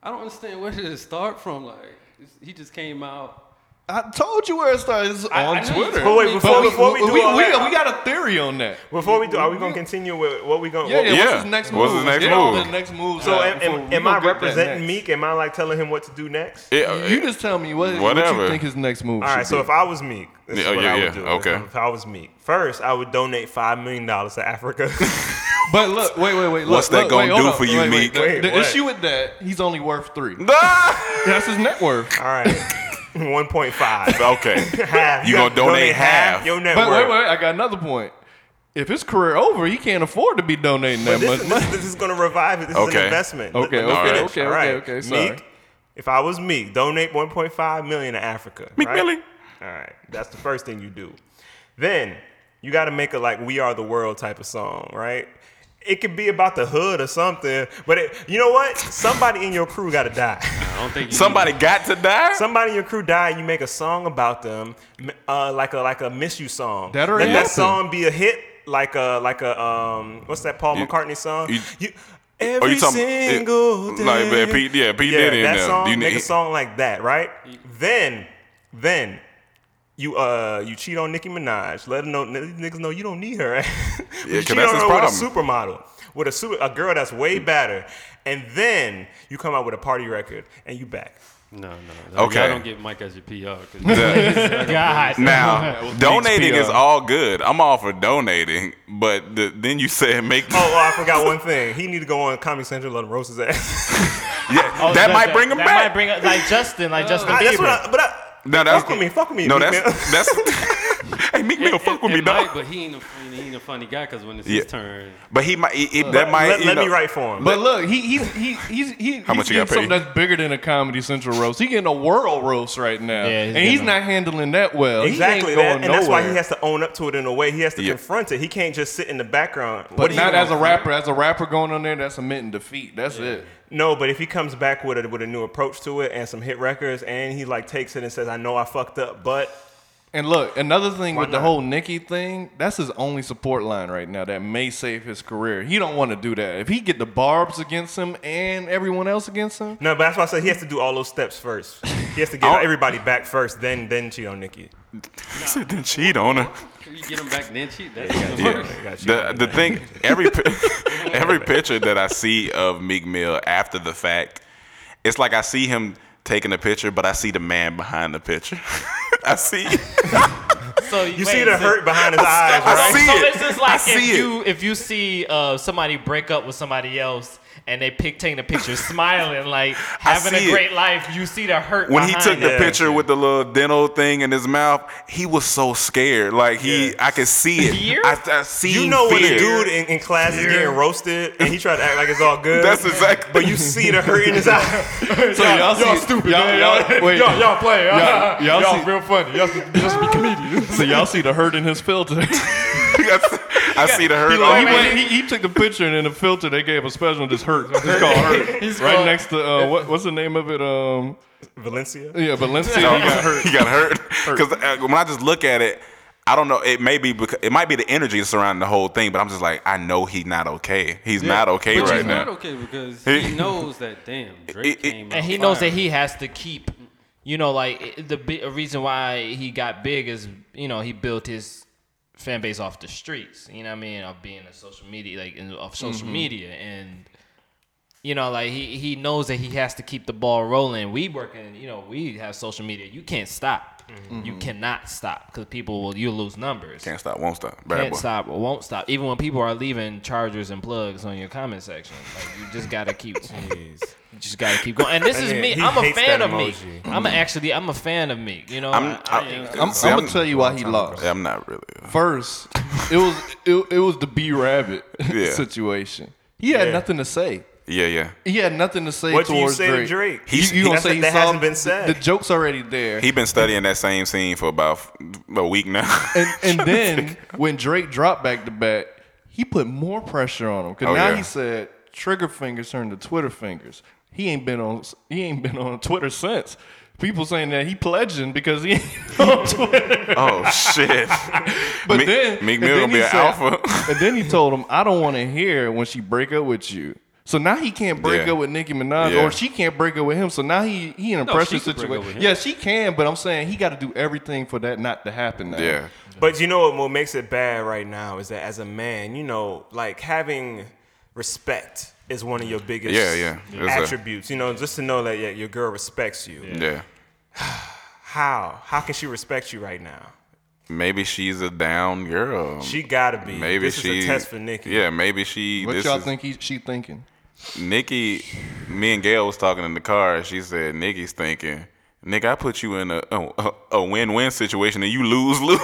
Speaker 7: I don't understand where did it start from. Like, it's- he just came out.
Speaker 1: I told you where it started. It's on
Speaker 7: I know you
Speaker 1: Twitter.
Speaker 7: told
Speaker 3: But wait, me. before-
Speaker 1: we-
Speaker 3: before we do
Speaker 1: we,
Speaker 3: all
Speaker 1: we,
Speaker 3: that-
Speaker 1: we got a theory on that.
Speaker 3: Before we do, are we gonna continue with what we gonna?
Speaker 1: Yeah,
Speaker 3: what-
Speaker 1: yeah.
Speaker 4: Yeah.
Speaker 1: What's his next move?
Speaker 4: What's his next
Speaker 1: Get all
Speaker 4: move?
Speaker 1: the next moves
Speaker 3: So
Speaker 1: out
Speaker 3: am, am,
Speaker 1: before-
Speaker 3: am
Speaker 1: we
Speaker 3: I
Speaker 1: gonna get that
Speaker 3: representing
Speaker 1: next.
Speaker 3: Meek? Am I like telling him what to do next?
Speaker 4: yeah,
Speaker 1: You just tell me what, what you
Speaker 4: Whatever.
Speaker 1: think his next move.
Speaker 3: All right.
Speaker 1: should
Speaker 3: So
Speaker 1: be.
Speaker 3: if I was Meek, this is
Speaker 4: Yeah, oh,
Speaker 3: what
Speaker 4: yeah,
Speaker 3: I would
Speaker 4: yeah,
Speaker 3: do.
Speaker 4: okay.
Speaker 3: If I was Meek, first I would donate five million dollars to Africa.
Speaker 1: but look, wait, wait, wait. Look,
Speaker 4: What's that
Speaker 1: look,
Speaker 4: gonna
Speaker 1: wait, hold
Speaker 4: do
Speaker 1: on,
Speaker 4: for you,
Speaker 1: wait,
Speaker 4: Meek?
Speaker 1: Wait, the
Speaker 3: Wait,
Speaker 1: the
Speaker 3: what?
Speaker 1: issue with that, he's only worth three.
Speaker 4: Ah!
Speaker 1: That's his net worth.
Speaker 3: All right. One point five.
Speaker 4: Okay.
Speaker 3: half.
Speaker 4: You gonna
Speaker 3: gotta
Speaker 4: donate half.
Speaker 3: your net
Speaker 1: But
Speaker 3: worth.
Speaker 1: wait, wait, I got another point. If his career over, he can't afford to be donating that
Speaker 3: But
Speaker 1: much
Speaker 3: this,
Speaker 1: money.
Speaker 3: this, this is gonna revive it. This is an
Speaker 4: Okay.
Speaker 3: investment. Let
Speaker 1: Okay,
Speaker 3: me
Speaker 4: okay,
Speaker 3: finish.
Speaker 1: okay,
Speaker 3: All right.
Speaker 1: okay, okay, sorry.
Speaker 3: Meek, if I was Meek, donate 1.5 million to Africa.
Speaker 4: Meek
Speaker 3: right?
Speaker 4: Millie.
Speaker 3: All right, that's the first thing you do. Then you got to make a like "We Are the World" type of song, right? It could be about the hood or something, but it, you know what? Somebody in your crew got to die.
Speaker 7: I don't think you
Speaker 4: Somebody got to die.
Speaker 3: Somebody in your crew died. You make a song about them, m- uh, like a like a miss you song.
Speaker 1: That already
Speaker 3: Let that
Speaker 1: happened.
Speaker 3: song be a hit, like a like a um, what's that Paul
Speaker 4: You-
Speaker 3: McCartney song?
Speaker 4: you-
Speaker 3: every
Speaker 4: it-
Speaker 3: single day.
Speaker 4: like man, Pete, yeah, Pete Diddy in
Speaker 3: that
Speaker 4: there.
Speaker 3: song.
Speaker 4: you
Speaker 3: make
Speaker 4: need-
Speaker 3: a song like that, right? Then, then. You uh you cheat on Nicki Minaj. Let them know n- niggas know you don't need her. you
Speaker 4: 'cause
Speaker 3: cheat
Speaker 4: that's
Speaker 3: on
Speaker 4: his
Speaker 3: her with a
Speaker 4: problem. Mm.
Speaker 3: supermodel, with a super a girl that's way better, and then you come out with a party record and you back.
Speaker 7: No, no. no.
Speaker 4: Okay.
Speaker 7: Y'all don't get Mike as your PR. 'cause-
Speaker 6: God.
Speaker 4: Now, donating
Speaker 1: Meeks
Speaker 4: is
Speaker 1: PR.
Speaker 4: all good. I'm all for donating, but the, then you said make.
Speaker 3: Oh, oh, I forgot one thing. He need to go on Comedy Central and let him roast his ass.
Speaker 4: yeah,
Speaker 6: Oh,
Speaker 4: that might bring him
Speaker 6: that
Speaker 4: back.
Speaker 6: Might bring up, like Justin, like Justin
Speaker 3: I, that's what
Speaker 6: Bieber.
Speaker 3: I, but I,
Speaker 4: no,
Speaker 3: fuck with me, fuck with me.
Speaker 4: No,
Speaker 3: Meek
Speaker 4: that's that's. hey, Meek Mill, fuck with
Speaker 7: And
Speaker 4: me, dog.
Speaker 7: Mike, but he ain't, a, he ain't a funny guy because when it's
Speaker 4: Yeah.
Speaker 7: his turn,
Speaker 4: But he might. It, it- that might.
Speaker 3: let,
Speaker 4: you
Speaker 3: let
Speaker 4: know-
Speaker 3: me write for him.
Speaker 1: But look, he he he he's he, he's
Speaker 4: much you
Speaker 1: getting
Speaker 4: got paid?
Speaker 1: something that's bigger than a Comedy Central roast. He getting a world roast right now,
Speaker 6: Yeah, he's
Speaker 1: and he's
Speaker 6: getting
Speaker 1: not handling that well.
Speaker 3: exactly
Speaker 1: he ain't
Speaker 3: that,
Speaker 1: going
Speaker 3: and that's why he
Speaker 1: nowhere.
Speaker 3: has to own up to it in a way. He has to
Speaker 4: Yeah.
Speaker 3: confront it. He can't just sit in the background. What
Speaker 1: But
Speaker 3: do you
Speaker 1: not
Speaker 3: know?
Speaker 1: as a rapper. As a rapper going on there, that's admitting defeat. That's it.
Speaker 3: No, but if he comes back with a with a new approach to it and some hit records, and he like takes it and says, "I know I fucked up, but
Speaker 1: And look, another thing with the
Speaker 3: not?
Speaker 1: whole Nicki thing, that's his only support line right now that may save his career. He don't want to do that. If he get the barbs against him and everyone else against him,
Speaker 3: no." But that's why I said he has to do all those steps first. He has to
Speaker 4: I'll-
Speaker 3: get everybody back first, then then cheat on Nikki.
Speaker 4: He said, then cheat on her.
Speaker 7: you get him back then cheat. That's gonna
Speaker 4: Yeah.
Speaker 7: work.
Speaker 4: The the thing every pi- every picture that I see of Meek Mill after the fact, it's like I see him taking a picture, but I see the man behind the picture. I see.
Speaker 6: so
Speaker 3: You see the hurt behind his eyes,
Speaker 4: I
Speaker 3: right?
Speaker 4: see
Speaker 6: so
Speaker 4: it.
Speaker 6: this is like
Speaker 4: I
Speaker 6: if
Speaker 4: see it.
Speaker 6: you if you see uh, somebody break up with somebody else and they pick taking a picture smiling like having
Speaker 4: see
Speaker 6: a
Speaker 4: it.
Speaker 6: great life, you see the hurt
Speaker 4: when he
Speaker 6: behind
Speaker 4: took
Speaker 6: it.
Speaker 4: the
Speaker 3: Yeah.
Speaker 4: picture with the little dental thing in his mouth, he was so scared. Like he,
Speaker 3: Yeah.
Speaker 4: I could see it.
Speaker 6: Fear?
Speaker 4: I, I see
Speaker 3: You know when a
Speaker 4: fear.
Speaker 3: dude in, in class is getting roasted and he tried to act like it's all good.
Speaker 4: That's exactly.
Speaker 3: But you see the hurt in his eye.
Speaker 1: so y'all, see, stupid. Y'all, y'all, wait, y'all, y'all play. Y'all, y'all, see, real funny. Y'all just be comedians. So y'all see the hurt in his filter.
Speaker 4: I see the hurt.
Speaker 1: He, like, he,
Speaker 4: on-
Speaker 1: went, he, he took the picture and in the filter they gave a special just hurt. It's called hurt.
Speaker 6: He's
Speaker 1: right
Speaker 6: called-
Speaker 1: next to uh, what, what's the name of it? Um,
Speaker 3: Valencia.
Speaker 1: yeah, Valencia.
Speaker 4: Oh,
Speaker 1: he got hurt.
Speaker 4: he got hurt. Because uh, when I just look at it, I don't know. It may be because it might be the energy surrounding the whole thing. But I'm just like, I know he's not okay. He's not okay
Speaker 7: but
Speaker 4: right
Speaker 7: he's
Speaker 4: now.
Speaker 7: not okay because
Speaker 4: He-
Speaker 7: he, knows that damn Drake
Speaker 4: he-
Speaker 7: came
Speaker 6: and
Speaker 7: out
Speaker 6: he knows
Speaker 7: fire.
Speaker 6: that he has to keep you know like it- the bi- reason why he got big is you know he built his fan base off the streets you know what i mean of being a social media like in, off social media and you know like he, he knows that he has to keep the ball rolling we working you know we have social media you can't stop you cannot stop because people will you lose numbers
Speaker 4: Can't stop, won't stop. Bad
Speaker 6: can't
Speaker 4: boy.
Speaker 6: stop or won't stop. Even when people are leaving chargers and plugs on your comment section, like you just gotta keep. you just gotta keep going. And this is
Speaker 3: Yeah,
Speaker 6: me.
Speaker 3: he
Speaker 6: I'm a
Speaker 3: hates
Speaker 6: fan
Speaker 3: that
Speaker 6: of Meek.
Speaker 3: emoji.
Speaker 6: I'm a- actually I'm a fan of Meek. You know,
Speaker 4: I'm,
Speaker 6: I-
Speaker 4: I,
Speaker 1: I'm,
Speaker 4: see,
Speaker 1: I'm gonna tell you why he lost.
Speaker 4: Yeah, I'm not really.
Speaker 1: First, it was it, it was the B Rabbit
Speaker 4: Yeah.
Speaker 1: situation. He had nothing to say.
Speaker 4: Yeah, yeah.
Speaker 1: He had nothing to say
Speaker 3: What do you
Speaker 1: towards
Speaker 3: say to
Speaker 1: Drake.
Speaker 3: Drake?
Speaker 1: You,
Speaker 4: He's-
Speaker 1: you gonna
Speaker 3: that's-
Speaker 1: say he
Speaker 3: that
Speaker 1: saw-
Speaker 3: hasn't been said.
Speaker 1: The, the joke's already there.
Speaker 4: He been studying that same scene for about a week now.
Speaker 1: and and then when Drake dropped back to back, he put more pressure on him. Cause
Speaker 4: Oh,
Speaker 1: now
Speaker 4: yeah.
Speaker 1: he said trigger fingers turned to Twitter fingers. He ain't been on he ain't been on Twitter since. People saying that he pledging because he ain't on Twitter.
Speaker 4: Oh shit!
Speaker 1: But
Speaker 4: Meek-
Speaker 1: then
Speaker 4: Meek
Speaker 1: and
Speaker 4: Mill
Speaker 1: then
Speaker 4: gonna
Speaker 1: he
Speaker 4: be an alpha.
Speaker 1: and then he told him, "I don't want to hear when she break up with you." So now he can't break
Speaker 4: Yeah.
Speaker 1: up with Nicki Minaj,
Speaker 4: Yeah.
Speaker 1: or she can't break up with him. So now he he in a
Speaker 7: No,
Speaker 1: pressure
Speaker 7: she could break up with
Speaker 1: situation.
Speaker 7: him.
Speaker 1: Yeah, she can, but I'm saying he got to do everything for that not to happen. Now.
Speaker 4: yeah,
Speaker 3: But you know what, what makes it bad right now is that as a man, you know, like having respect is one of your biggest
Speaker 4: Yeah, yeah. It's a-
Speaker 3: attributes. you know, just to know that yeah, your girl respects you.
Speaker 4: yeah.
Speaker 3: How? How can she respect you right now?
Speaker 4: Maybe she's a down girl.
Speaker 3: She gotta be.
Speaker 4: maybe
Speaker 3: this
Speaker 4: she
Speaker 3: is a test for Nikki.
Speaker 4: Yeah, maybe she.
Speaker 1: What
Speaker 4: this
Speaker 1: y'all
Speaker 4: is-
Speaker 1: think he, she thinking?
Speaker 4: Nikki, me and Gail was talking in the car. and She said Nikki's thinking Nigga, I put you in a a, a win-win situation and you lose lose.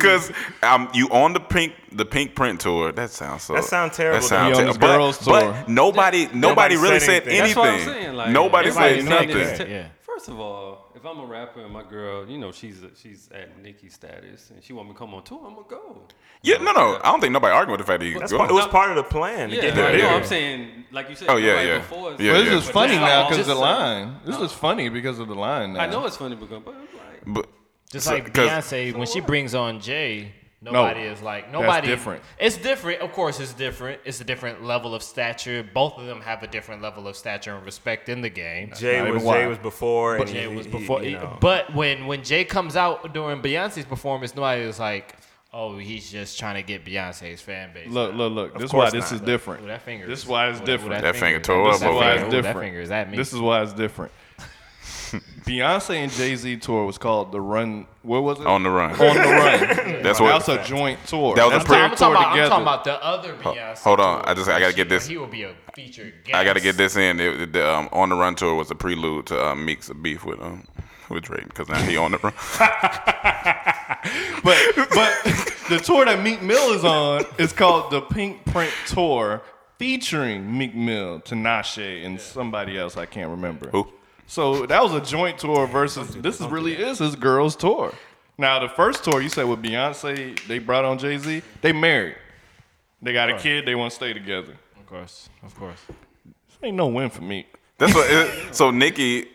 Speaker 4: Cause um, you on the pink the pink print tour. That sounds so.
Speaker 3: That sound terrible,
Speaker 4: That
Speaker 3: though.
Speaker 4: sound
Speaker 1: You on
Speaker 4: terrible.
Speaker 1: this
Speaker 4: But,
Speaker 1: girls'
Speaker 4: but
Speaker 1: tour.
Speaker 4: nobody nobody, really said anything.
Speaker 7: That's what I'm saying. Like,
Speaker 4: nobody
Speaker 7: everybody
Speaker 4: said
Speaker 7: saying
Speaker 4: nothing.
Speaker 7: it's
Speaker 6: nothing.
Speaker 7: te-
Speaker 6: Yeah.
Speaker 7: First of all, if I'm a rapper and my girl, you know, she's she's at Nikki status and she want me to come on tour, I'm gonna go.
Speaker 4: Yeah, no, no. I don't think nobody arguing with the fact that you
Speaker 3: That's
Speaker 4: go.
Speaker 3: part, it was part of the plan. to
Speaker 7: Yeah,
Speaker 3: get
Speaker 7: like,
Speaker 3: her
Speaker 7: no,
Speaker 4: yeah.
Speaker 3: there.
Speaker 7: I'm saying like you said.
Speaker 4: Oh, yeah,
Speaker 7: nobody
Speaker 4: yeah.
Speaker 7: Before us-
Speaker 4: Yeah,
Speaker 1: But this
Speaker 4: yeah.
Speaker 1: is funny
Speaker 7: But
Speaker 1: now
Speaker 7: now-
Speaker 1: because the
Speaker 7: just-
Speaker 1: line. This is funny because of the line. Now.
Speaker 7: I know it's funny, but but like,
Speaker 4: but,
Speaker 6: Just
Speaker 4: So-
Speaker 6: like
Speaker 4: 'cause-
Speaker 6: Beyonce, when she brings on Jay, nobody is like nobody.
Speaker 1: different.
Speaker 6: It's different. Of course, it's different. It's a different level of stature. Both of them have a different level of stature and respect in the game.
Speaker 3: Jay
Speaker 1: Not
Speaker 3: was
Speaker 1: even
Speaker 3: Jay
Speaker 1: why.
Speaker 3: was before, and
Speaker 6: Jay
Speaker 3: he-
Speaker 6: was
Speaker 3: he-
Speaker 6: before.
Speaker 3: you know.
Speaker 6: But when when Jay comes out during Beyonce's performance, nobody is like, "Oh, he's just trying to get Beyonce's fan base."
Speaker 1: Look, look, look. This is why
Speaker 3: course
Speaker 1: this
Speaker 3: not.
Speaker 1: is different.
Speaker 6: Ooh, that finger.
Speaker 1: This
Speaker 6: is-
Speaker 1: is why it's
Speaker 6: ooh,
Speaker 1: different.
Speaker 6: ooh,
Speaker 4: That finger
Speaker 6: is-
Speaker 4: tore
Speaker 6: ooh,
Speaker 4: up
Speaker 6: that
Speaker 4: over
Speaker 6: finger-
Speaker 4: there.
Speaker 6: ooh, That finger is at me.
Speaker 1: This is why it's different. Beyonce and Jay Z tour was called the Run. What was it?
Speaker 4: on the run.
Speaker 1: On the Run.
Speaker 4: That's what-
Speaker 1: That's a joint tour.
Speaker 4: That was a
Speaker 1: That's
Speaker 6: I'm,
Speaker 4: pre-
Speaker 1: how they
Speaker 6: talking, I'm, talking
Speaker 1: toured
Speaker 6: about, I'm
Speaker 1: together.
Speaker 6: talking about the other Beyonce.
Speaker 4: hold on.
Speaker 6: tour.
Speaker 4: I just- I gotta get this-
Speaker 6: He will be a featured guest.
Speaker 4: I got to get this in. It- the um, on the run tour was a prelude to uh, Meek's beef with um, with Drake because now he on the run.
Speaker 1: but but the tour that Meek Mill is on is called the Pink Print Tour, featuring Meek Mill, Tinashe, and somebody else I can't remember.
Speaker 4: Who?
Speaker 1: So that was a joint tour versus this is really is his girls tour. Now the first tour you said with Beyonce, they brought on Jay Z. They married. They got a kid. They want to stay together.
Speaker 6: Of course, of course.
Speaker 1: This ain't no win for Meek.
Speaker 4: That's what. It, so Nikki,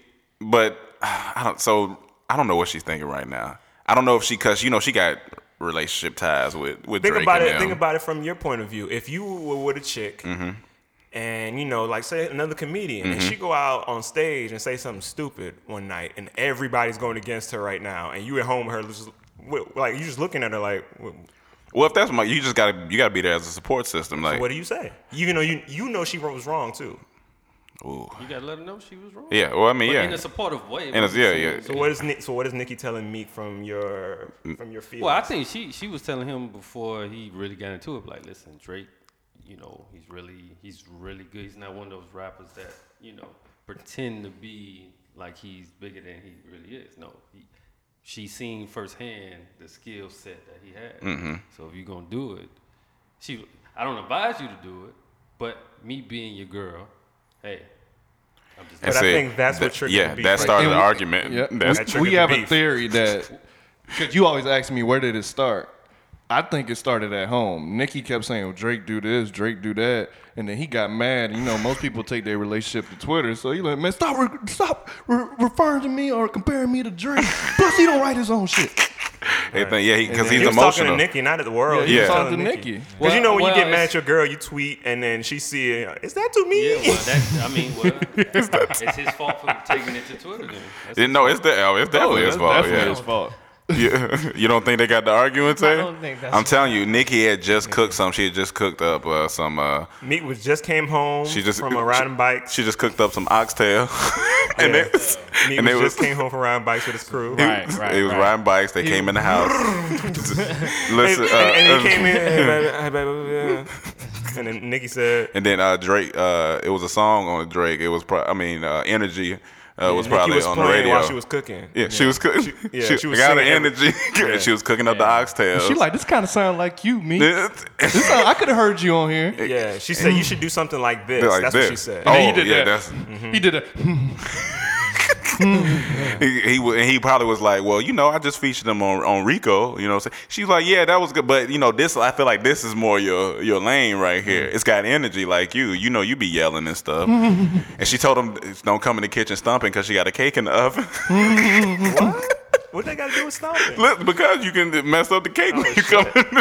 Speaker 4: but I don't. So I don't know what she's thinking right now. I don't know if she, cause you know she got relationship ties with with
Speaker 3: think
Speaker 4: Drake
Speaker 3: about
Speaker 4: and
Speaker 3: it.
Speaker 4: them.
Speaker 3: Think about it from your point of view. If you were with a chick, and you know, like say another comedian, and she go out on stage and say something stupid one night, and everybody's going against her right now, and you at home, with her just, wi- like you just looking at her like, "Wha-
Speaker 4: well, if that's my, you just gotta you gotta be there as a support system. Like,
Speaker 3: what do you say? You know, you you know she was wrong too.
Speaker 7: you gotta let her know she was wrong.
Speaker 4: yeah. Well, I
Speaker 7: But
Speaker 4: mean,
Speaker 7: in
Speaker 4: yeah.
Speaker 7: a supportive way.
Speaker 4: And it's,
Speaker 7: but-
Speaker 4: yeah, yeah.
Speaker 3: So what is Nick, so what is Nikki telling Meek from your from your feelings?
Speaker 7: Well, I think she she was telling him before he really got into it, like, listen, Drake, you know, he's really he's really good. He's not one of those rappers that you know pretend to be like he's bigger than he really is. No, he, she seen firsthand the skill set that he had. So if you're gonna do it, she I don't advise you to do it, but me being your girl, hey, I'm just
Speaker 3: But I think that's what triggered
Speaker 4: Yeah,
Speaker 3: the beef
Speaker 4: that
Speaker 3: right
Speaker 4: started
Speaker 1: there.
Speaker 4: the argument.
Speaker 1: Yeah,
Speaker 4: That's,
Speaker 1: we-
Speaker 3: triggered
Speaker 1: we
Speaker 3: the
Speaker 1: have a
Speaker 3: beef.
Speaker 1: theory that because you always ask me where did it start. I think it started at home. Nikki kept saying well, Drake do this, Drake do that, and then he got mad. You know, most people take their relationship to Twitter, so he like, man, stop, re- stop re- referring to me or comparing me to Drake. Plus, he don't write his own shit.
Speaker 4: everything- yeah, because
Speaker 3: he
Speaker 4: he's
Speaker 3: was talking to
Speaker 4: emotional.
Speaker 3: Nikki, not at the world.
Speaker 1: Yeah,
Speaker 4: he was
Speaker 3: was
Speaker 1: talking to Nikki.
Speaker 3: Because
Speaker 7: Well,
Speaker 3: you know when
Speaker 7: well,
Speaker 3: you get mad
Speaker 7: it's-
Speaker 3: at your girl, you tweet and then she see it. Is that to me?
Speaker 7: Yeah, well, that, I mean, well, it's his fault for taking it to Twitter. Then. That's
Speaker 4: Yeah, No, it's the oh, it's definitely his
Speaker 1: That's
Speaker 4: fault.
Speaker 1: definitely
Speaker 4: Yeah.
Speaker 1: his fault.
Speaker 4: you, you don't think they got the argument there?
Speaker 6: don't think that's-
Speaker 4: I'm telling you, Nikki had just cooked some. She had just cooked up uh, some. Uh,
Speaker 3: Meek was just came home
Speaker 4: She just-
Speaker 3: from a riding bike.
Speaker 4: she just cooked up some oxtail, and
Speaker 3: Yeah.
Speaker 4: it was,
Speaker 3: Meek
Speaker 4: and
Speaker 3: was
Speaker 4: it
Speaker 3: just
Speaker 4: was.
Speaker 3: came home from riding bikes with his crew.
Speaker 6: Right, right,
Speaker 4: it was
Speaker 6: right.
Speaker 4: riding bikes. They came in the house.
Speaker 3: And,
Speaker 4: Listen, uh,
Speaker 3: and he
Speaker 4: uh,
Speaker 3: came in. Hey, baby, hey, baby, yeah." and then Nikki said,
Speaker 4: and then uh, Drake. Uh, it was a song on Drake. It was. Pro- I mean, uh, Energy uh, was
Speaker 3: Nikki
Speaker 4: probably
Speaker 3: was
Speaker 4: on the
Speaker 3: playing
Speaker 4: radio.
Speaker 3: while she was cooking.
Speaker 4: yeah, she was cooking. She,
Speaker 3: yeah, she was
Speaker 4: got her
Speaker 3: singing every-
Speaker 4: energy. she was cooking up the oxtail.
Speaker 1: She like this kind of sound like you, me. this
Speaker 4: like.
Speaker 1: sound, I could have heard you on here.
Speaker 3: Yeah, she said you should do something like this.
Speaker 4: Like
Speaker 3: That's
Speaker 4: this.
Speaker 3: what she said.
Speaker 4: Oh,
Speaker 1: Yeah, he did
Speaker 4: yeah,
Speaker 1: that.
Speaker 4: that's
Speaker 1: He did a
Speaker 4: he he, wa- he probably was like, well, you know, I just featured him on, on Rico. You know, what I'm saying? she's like, yeah, that was good, but you know, this I feel like this is more your your lane right here. It's got energy like you. You know, you be yelling and stuff. and she told him, don't come in the kitchen stomping because she got a cake in the oven.
Speaker 3: What they got to do with stomping?
Speaker 4: Look, because you can mess up the cake when you come. In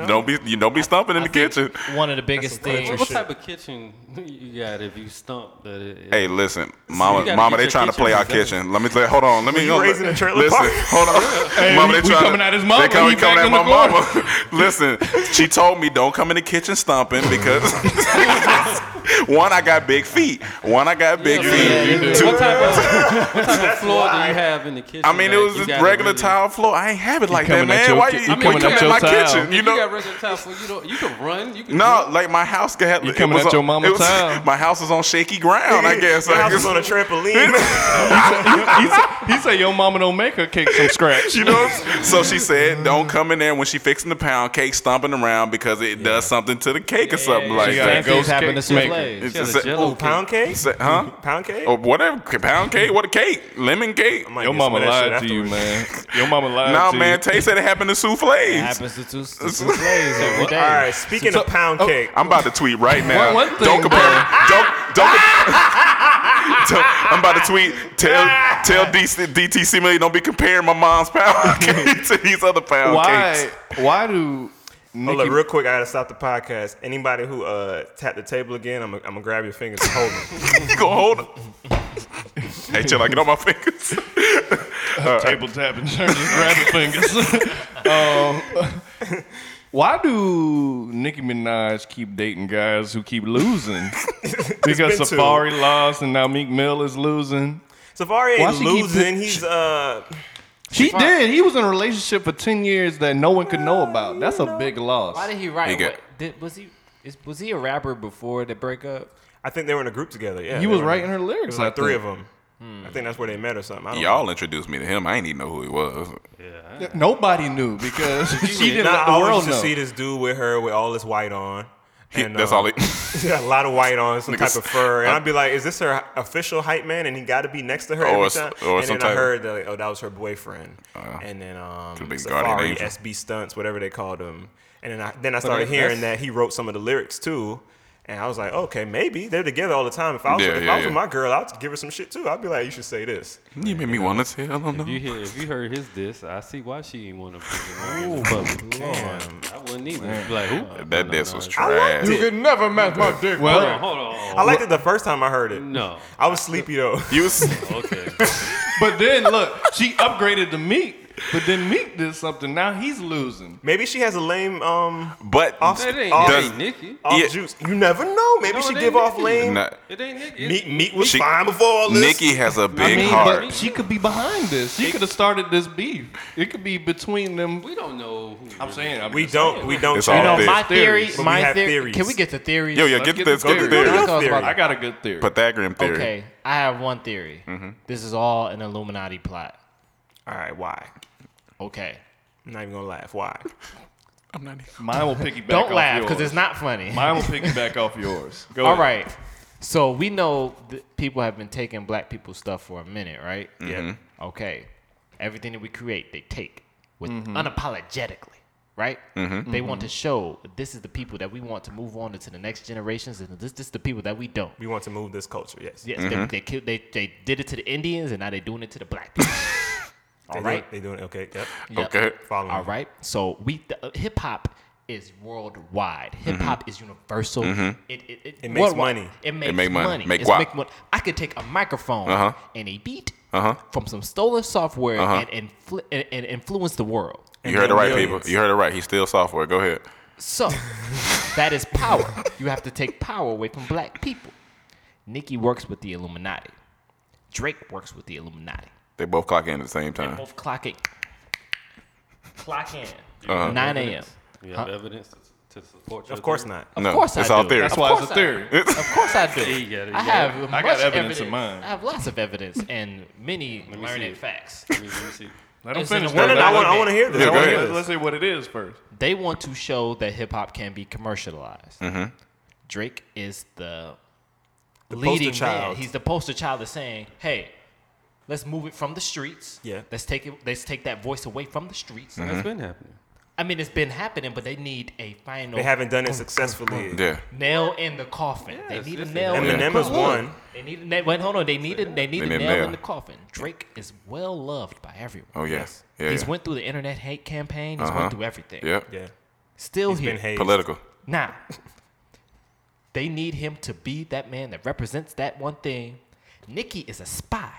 Speaker 4: the, don't be you don't be stomping in the kitchen.
Speaker 6: One of the biggest
Speaker 7: What,
Speaker 6: things.
Speaker 7: what type of kitchen you got if you stump that? It, it-
Speaker 4: Hey, listen,
Speaker 7: you
Speaker 4: mama,
Speaker 7: gotta
Speaker 4: mama,
Speaker 7: get
Speaker 4: they
Speaker 7: your
Speaker 4: trying to play
Speaker 7: kitchen
Speaker 4: our kitchen. Let me tell. Hold on, let me.
Speaker 3: you
Speaker 4: hold on.
Speaker 3: raised in a trailer
Speaker 4: listen,
Speaker 3: park?
Speaker 4: hold on. mama,
Speaker 1: we-
Speaker 4: they
Speaker 1: we
Speaker 4: tryna-
Speaker 1: coming at his mama,
Speaker 4: They
Speaker 1: he
Speaker 4: coming, coming
Speaker 1: back
Speaker 4: at
Speaker 1: in
Speaker 4: my
Speaker 1: the corner.
Speaker 4: mama. listen, she told me don't come in the kitchen stomping because One, I got big feet. One, I got big feet.
Speaker 1: you do.
Speaker 7: What type of, what type of floor do you have in the kitchen?
Speaker 4: I mean, it
Speaker 7: that
Speaker 4: was
Speaker 7: you
Speaker 4: just
Speaker 7: gotta
Speaker 4: regular
Speaker 7: really-
Speaker 4: tile floor. I ain't have it like that,
Speaker 1: coming at
Speaker 4: man.
Speaker 1: your
Speaker 4: Why
Speaker 1: ki-
Speaker 4: you,
Speaker 1: you
Speaker 4: you,
Speaker 1: coming
Speaker 4: come
Speaker 1: at
Speaker 4: at
Speaker 1: your
Speaker 4: my
Speaker 1: tile.
Speaker 4: kitchen? You
Speaker 7: If
Speaker 4: know,
Speaker 7: you got regular tile floor, you don't. You can run. You can
Speaker 4: No,
Speaker 7: jump.
Speaker 4: like my house got.
Speaker 1: You
Speaker 4: it
Speaker 1: coming
Speaker 4: was
Speaker 1: at
Speaker 4: on-
Speaker 1: your mama
Speaker 4: it was-
Speaker 1: time.
Speaker 4: My house is on shaky ground, I guess.
Speaker 3: Your
Speaker 4: I
Speaker 3: house
Speaker 4: guess.
Speaker 3: is on a trampoline.
Speaker 1: He said, he said your mama don't make her cake from scratch.
Speaker 4: You know, what I'm saying? so she said, "Don't come in there when she fixing the pound cake, stomping around because it does something to the cake or something like
Speaker 1: She got a
Speaker 4: that."
Speaker 6: Fancy's
Speaker 1: ghost
Speaker 6: happened
Speaker 1: cake
Speaker 6: to some
Speaker 1: maker.
Speaker 6: plays.
Speaker 4: It's
Speaker 7: She had a
Speaker 4: just-
Speaker 7: Jell-O
Speaker 3: oh, pound cake?
Speaker 4: Say- huh?
Speaker 3: Pound cake?
Speaker 4: Or whatever, pound cake, what a cake, lemon cake.
Speaker 3: I might
Speaker 1: Your
Speaker 3: get some
Speaker 1: mama
Speaker 3: of that shit
Speaker 1: lied to you,
Speaker 3: afterwards.
Speaker 1: man. Your mama lied
Speaker 4: No,
Speaker 1: to
Speaker 4: man,
Speaker 1: you.
Speaker 4: Tay said it happened to
Speaker 6: It
Speaker 4: souffles.
Speaker 6: happens to two, to two plays every day.
Speaker 3: All right, speaking of pound
Speaker 1: oh,
Speaker 3: cake,
Speaker 4: I'm about to tweet right now.
Speaker 1: One- one thing,
Speaker 4: don't compare. Don't don't. don't- I'm about to tweet. Tell tell DC, DTC Millie don't be comparing my mom's pound cake to these other pound
Speaker 1: Why?
Speaker 4: cakes.
Speaker 1: Why do Nicki,
Speaker 3: Hold up, real quick. I gotta stop the podcast. Anybody who uh, tapped the table again, I'm gonna grab your fingers and hold them.
Speaker 4: You gonna hold it? hey, till I get on my fingers.
Speaker 1: table tap and turn just grab the fingers? um, why do Nicki Minaj keep dating guys who keep losing? because
Speaker 3: been two.
Speaker 1: Safari lost and now Meek Mill is losing.
Speaker 3: Safari
Speaker 1: Why
Speaker 3: ain't
Speaker 1: she keep
Speaker 3: losing.
Speaker 1: pi-
Speaker 3: He's uh,
Speaker 1: He did. He was in a relationship for ten years that no one could know about. That's a big loss.
Speaker 6: Why did he write?
Speaker 4: He got-
Speaker 6: what, did, was he is, was he a rapper before the breakup?
Speaker 3: I think they were in a group together. Yeah,
Speaker 1: He
Speaker 3: they
Speaker 1: was
Speaker 3: were in a-
Speaker 1: writing her lyrics.
Speaker 3: It was like
Speaker 1: I
Speaker 3: three
Speaker 1: think. Hmm.
Speaker 3: of them. I think that's where they met or something. I don't know.
Speaker 4: Y'all introduced me to him. I ain't even know who he was.
Speaker 1: Nobody knew because she didn't
Speaker 3: Nah,
Speaker 1: let
Speaker 3: I
Speaker 1: the
Speaker 3: always
Speaker 1: world
Speaker 3: used to
Speaker 1: know.
Speaker 3: see this dude with her with all this white on.
Speaker 4: He-
Speaker 3: And,
Speaker 4: that's
Speaker 3: uh,
Speaker 4: all. He,
Speaker 3: a lot of white on, some
Speaker 4: Niggas-
Speaker 3: type of fur, and I'd be like, "Is this her official hype man?" And he got to be next to her
Speaker 4: Or
Speaker 3: every
Speaker 4: s-
Speaker 3: time.
Speaker 4: or
Speaker 3: and
Speaker 4: some
Speaker 3: then
Speaker 4: type
Speaker 3: I
Speaker 4: of- Uh,
Speaker 3: heard that, like, oh, that was her boyfriend, and then
Speaker 4: Could've been
Speaker 3: um,
Speaker 4: Guardian
Speaker 3: Safari
Speaker 4: Angel.
Speaker 3: SB stunts, whatever they called him, and then I then I started hearing that
Speaker 6: that's-
Speaker 3: he wrote some of the lyrics too. And I was like, okay, maybe they're together all the time. If I was,
Speaker 4: Yeah,
Speaker 3: if
Speaker 4: yeah,
Speaker 3: I was
Speaker 4: yeah.
Speaker 3: with my girl, I'd give her some shit too. I'd be like, you should say this.
Speaker 4: you made me want to tell him.
Speaker 7: If you hear, if you heard his diss, I see why she ain't want to bring him out in the public. I wouldn't either. Be Like, who?
Speaker 4: That diss was
Speaker 3: I
Speaker 4: trash.
Speaker 3: liked it.
Speaker 1: never match my dick. Well,
Speaker 7: Hold on, hold on.
Speaker 3: I liked it the first time I heard it.
Speaker 7: No.
Speaker 4: Mm-hmm.
Speaker 3: I was sleepy though.
Speaker 4: You was
Speaker 7: Okay.
Speaker 1: But then look, she upgraded to Meek, but then Meek did something. Now he's losing.
Speaker 3: Maybe she has a lame um
Speaker 4: but
Speaker 3: Off-
Speaker 7: That ain't,
Speaker 3: off-
Speaker 7: that
Speaker 4: does-
Speaker 7: ain't Nikki.
Speaker 3: off
Speaker 4: Yeah.
Speaker 3: juice. You never know. Maybe
Speaker 7: No,
Speaker 3: she
Speaker 7: they
Speaker 3: give off
Speaker 7: didn't.
Speaker 3: lame.
Speaker 4: Nah,
Speaker 7: It ain't Nikki.
Speaker 3: Meat, meat was
Speaker 4: She-
Speaker 3: fine before all this.
Speaker 4: Nikki has a big
Speaker 1: I mean,
Speaker 4: heart.
Speaker 1: but she could be behind this. She could have started this beef. It could be between them.
Speaker 7: We don't know who.
Speaker 1: I'm saying. I'm
Speaker 3: we
Speaker 1: just
Speaker 3: don't.
Speaker 1: saying.
Speaker 3: We don't.
Speaker 4: It's
Speaker 3: check
Speaker 4: all
Speaker 6: No,
Speaker 4: There's
Speaker 6: my theory.
Speaker 1: theories.
Speaker 3: But we
Speaker 6: My
Speaker 3: have
Speaker 6: theory.
Speaker 3: theories.
Speaker 6: Can we get the theories?
Speaker 4: Yo, yo,
Speaker 1: Let's
Speaker 4: get
Speaker 1: get
Speaker 4: this.
Speaker 1: the
Speaker 4: Get the
Speaker 1: theory.
Speaker 4: theory.
Speaker 3: Your
Speaker 6: Talk
Speaker 3: theory.
Speaker 6: about
Speaker 4: I
Speaker 1: I got a good theory.
Speaker 4: Pythagorean theory.
Speaker 6: Okay, I have one theory. This is all an Illuminati plot.
Speaker 3: All right. Why?
Speaker 6: Okay,
Speaker 3: I'm not even gonna laugh. Why?
Speaker 1: Mine will piggyback.
Speaker 6: don't
Speaker 1: off
Speaker 6: laugh
Speaker 1: yours.
Speaker 6: because it's not funny.
Speaker 1: Mine will piggyback off yours. Go
Speaker 6: all
Speaker 1: ahead.
Speaker 6: right, so we know that people have been taking black people's stuff for a minute, right?
Speaker 4: Mm-hmm.
Speaker 3: Yeah.
Speaker 6: Okay, everything that we create, they take with unapologetically. Right, they want to show this is the people that we want to move on to the next generations, and this, this is the people that we don't.
Speaker 3: We want to move this culture. Yes.
Speaker 6: Yes, they, they killed. They they did it to the Indians, and now they're doing it to the black people.
Speaker 3: They
Speaker 6: All right.
Speaker 3: doing- They doing it. Okay. Yep.
Speaker 6: Yep.
Speaker 4: Okay.
Speaker 3: Follow me.
Speaker 4: Mm-hmm.
Speaker 6: All right. So we the, uh, hip hop is worldwide.
Speaker 4: Mm-hmm.
Speaker 6: Hip hop is universal. It, it, it,
Speaker 3: It makes
Speaker 6: worldwide.
Speaker 3: money.
Speaker 6: It makes
Speaker 4: make money.
Speaker 6: money.
Speaker 4: Make
Speaker 6: It's
Speaker 4: guap.
Speaker 6: money. I could take a microphone
Speaker 4: Uh-huh.
Speaker 6: and a beat
Speaker 4: Uh-huh.
Speaker 6: from some stolen software
Speaker 4: Uh-huh.
Speaker 6: and, influ- and, and influence the world.
Speaker 4: You heard it
Speaker 3: And
Speaker 4: right,
Speaker 3: millions.
Speaker 4: people. You heard it right. He's still software. Go ahead.
Speaker 6: So that is power. You have to take power away from black people. Nicki works with the Illuminati. Drake works with the Illuminati.
Speaker 4: They both clock in at the same time.
Speaker 6: Both clock in. Clock in.
Speaker 4: Uh-huh.
Speaker 6: 9 a.m.
Speaker 7: We have evidence to, to support. Your
Speaker 3: Of course
Speaker 7: theory?
Speaker 3: not.
Speaker 6: Of
Speaker 4: No,
Speaker 6: course
Speaker 4: it's
Speaker 6: I
Speaker 4: all
Speaker 6: do.
Speaker 4: theory.
Speaker 1: That's
Speaker 6: Of
Speaker 1: why
Speaker 6: course
Speaker 1: it's a
Speaker 6: I-
Speaker 1: theory.
Speaker 6: Of course I do.
Speaker 7: You got it,
Speaker 6: I
Speaker 7: you
Speaker 6: have
Speaker 1: I
Speaker 6: much
Speaker 1: got evidence in mine.
Speaker 6: I have lots of evidence and many
Speaker 7: me see
Speaker 6: learned
Speaker 7: it.
Speaker 6: facts.
Speaker 7: Let me, let me see.
Speaker 1: Let him
Speaker 6: It's in
Speaker 1: finish.
Speaker 6: the
Speaker 3: No,
Speaker 1: that.
Speaker 3: no, no. I want. I want to hear this.
Speaker 4: Yeah,
Speaker 3: I
Speaker 4: go
Speaker 3: wanna hear
Speaker 4: ahead.
Speaker 3: this.
Speaker 1: Let's see what it is first.
Speaker 6: They want to show that hip hop can be commercialized. Drake is the,
Speaker 3: poster
Speaker 6: leading
Speaker 3: child.
Speaker 6: man. He's the poster child of saying, "Hey, let's move it from the streets.
Speaker 3: Yeah.
Speaker 6: let's take it. Let's take that voice away from the streets."
Speaker 7: That's been happening.
Speaker 6: I mean, it's been happening, but they need a final
Speaker 3: They haven't done it successfully.
Speaker 4: Yeah.
Speaker 6: nail in the coffin. they need a
Speaker 7: yes,
Speaker 6: nail.
Speaker 7: it
Speaker 6: in the
Speaker 3: Eminem is
Speaker 6: coffin.
Speaker 3: one.
Speaker 6: They need a nail. Wait, hold on. They need a, they need
Speaker 4: They
Speaker 6: a
Speaker 4: need a
Speaker 6: nail,
Speaker 4: nail.
Speaker 6: in the coffin. Drake is well loved by everyone.
Speaker 4: Oh yeah.
Speaker 3: Yes.
Speaker 4: Yeah.
Speaker 6: he's
Speaker 4: yeah.
Speaker 6: went through the internet hate campaign. He's
Speaker 4: Uh-huh.
Speaker 6: went through everything.
Speaker 4: Yep.
Speaker 3: Yeah.
Speaker 6: Still
Speaker 3: He's
Speaker 6: here
Speaker 3: been hazed.
Speaker 4: Political.
Speaker 6: now. They need him to be that man that represents that one thing. Nikki is a spy.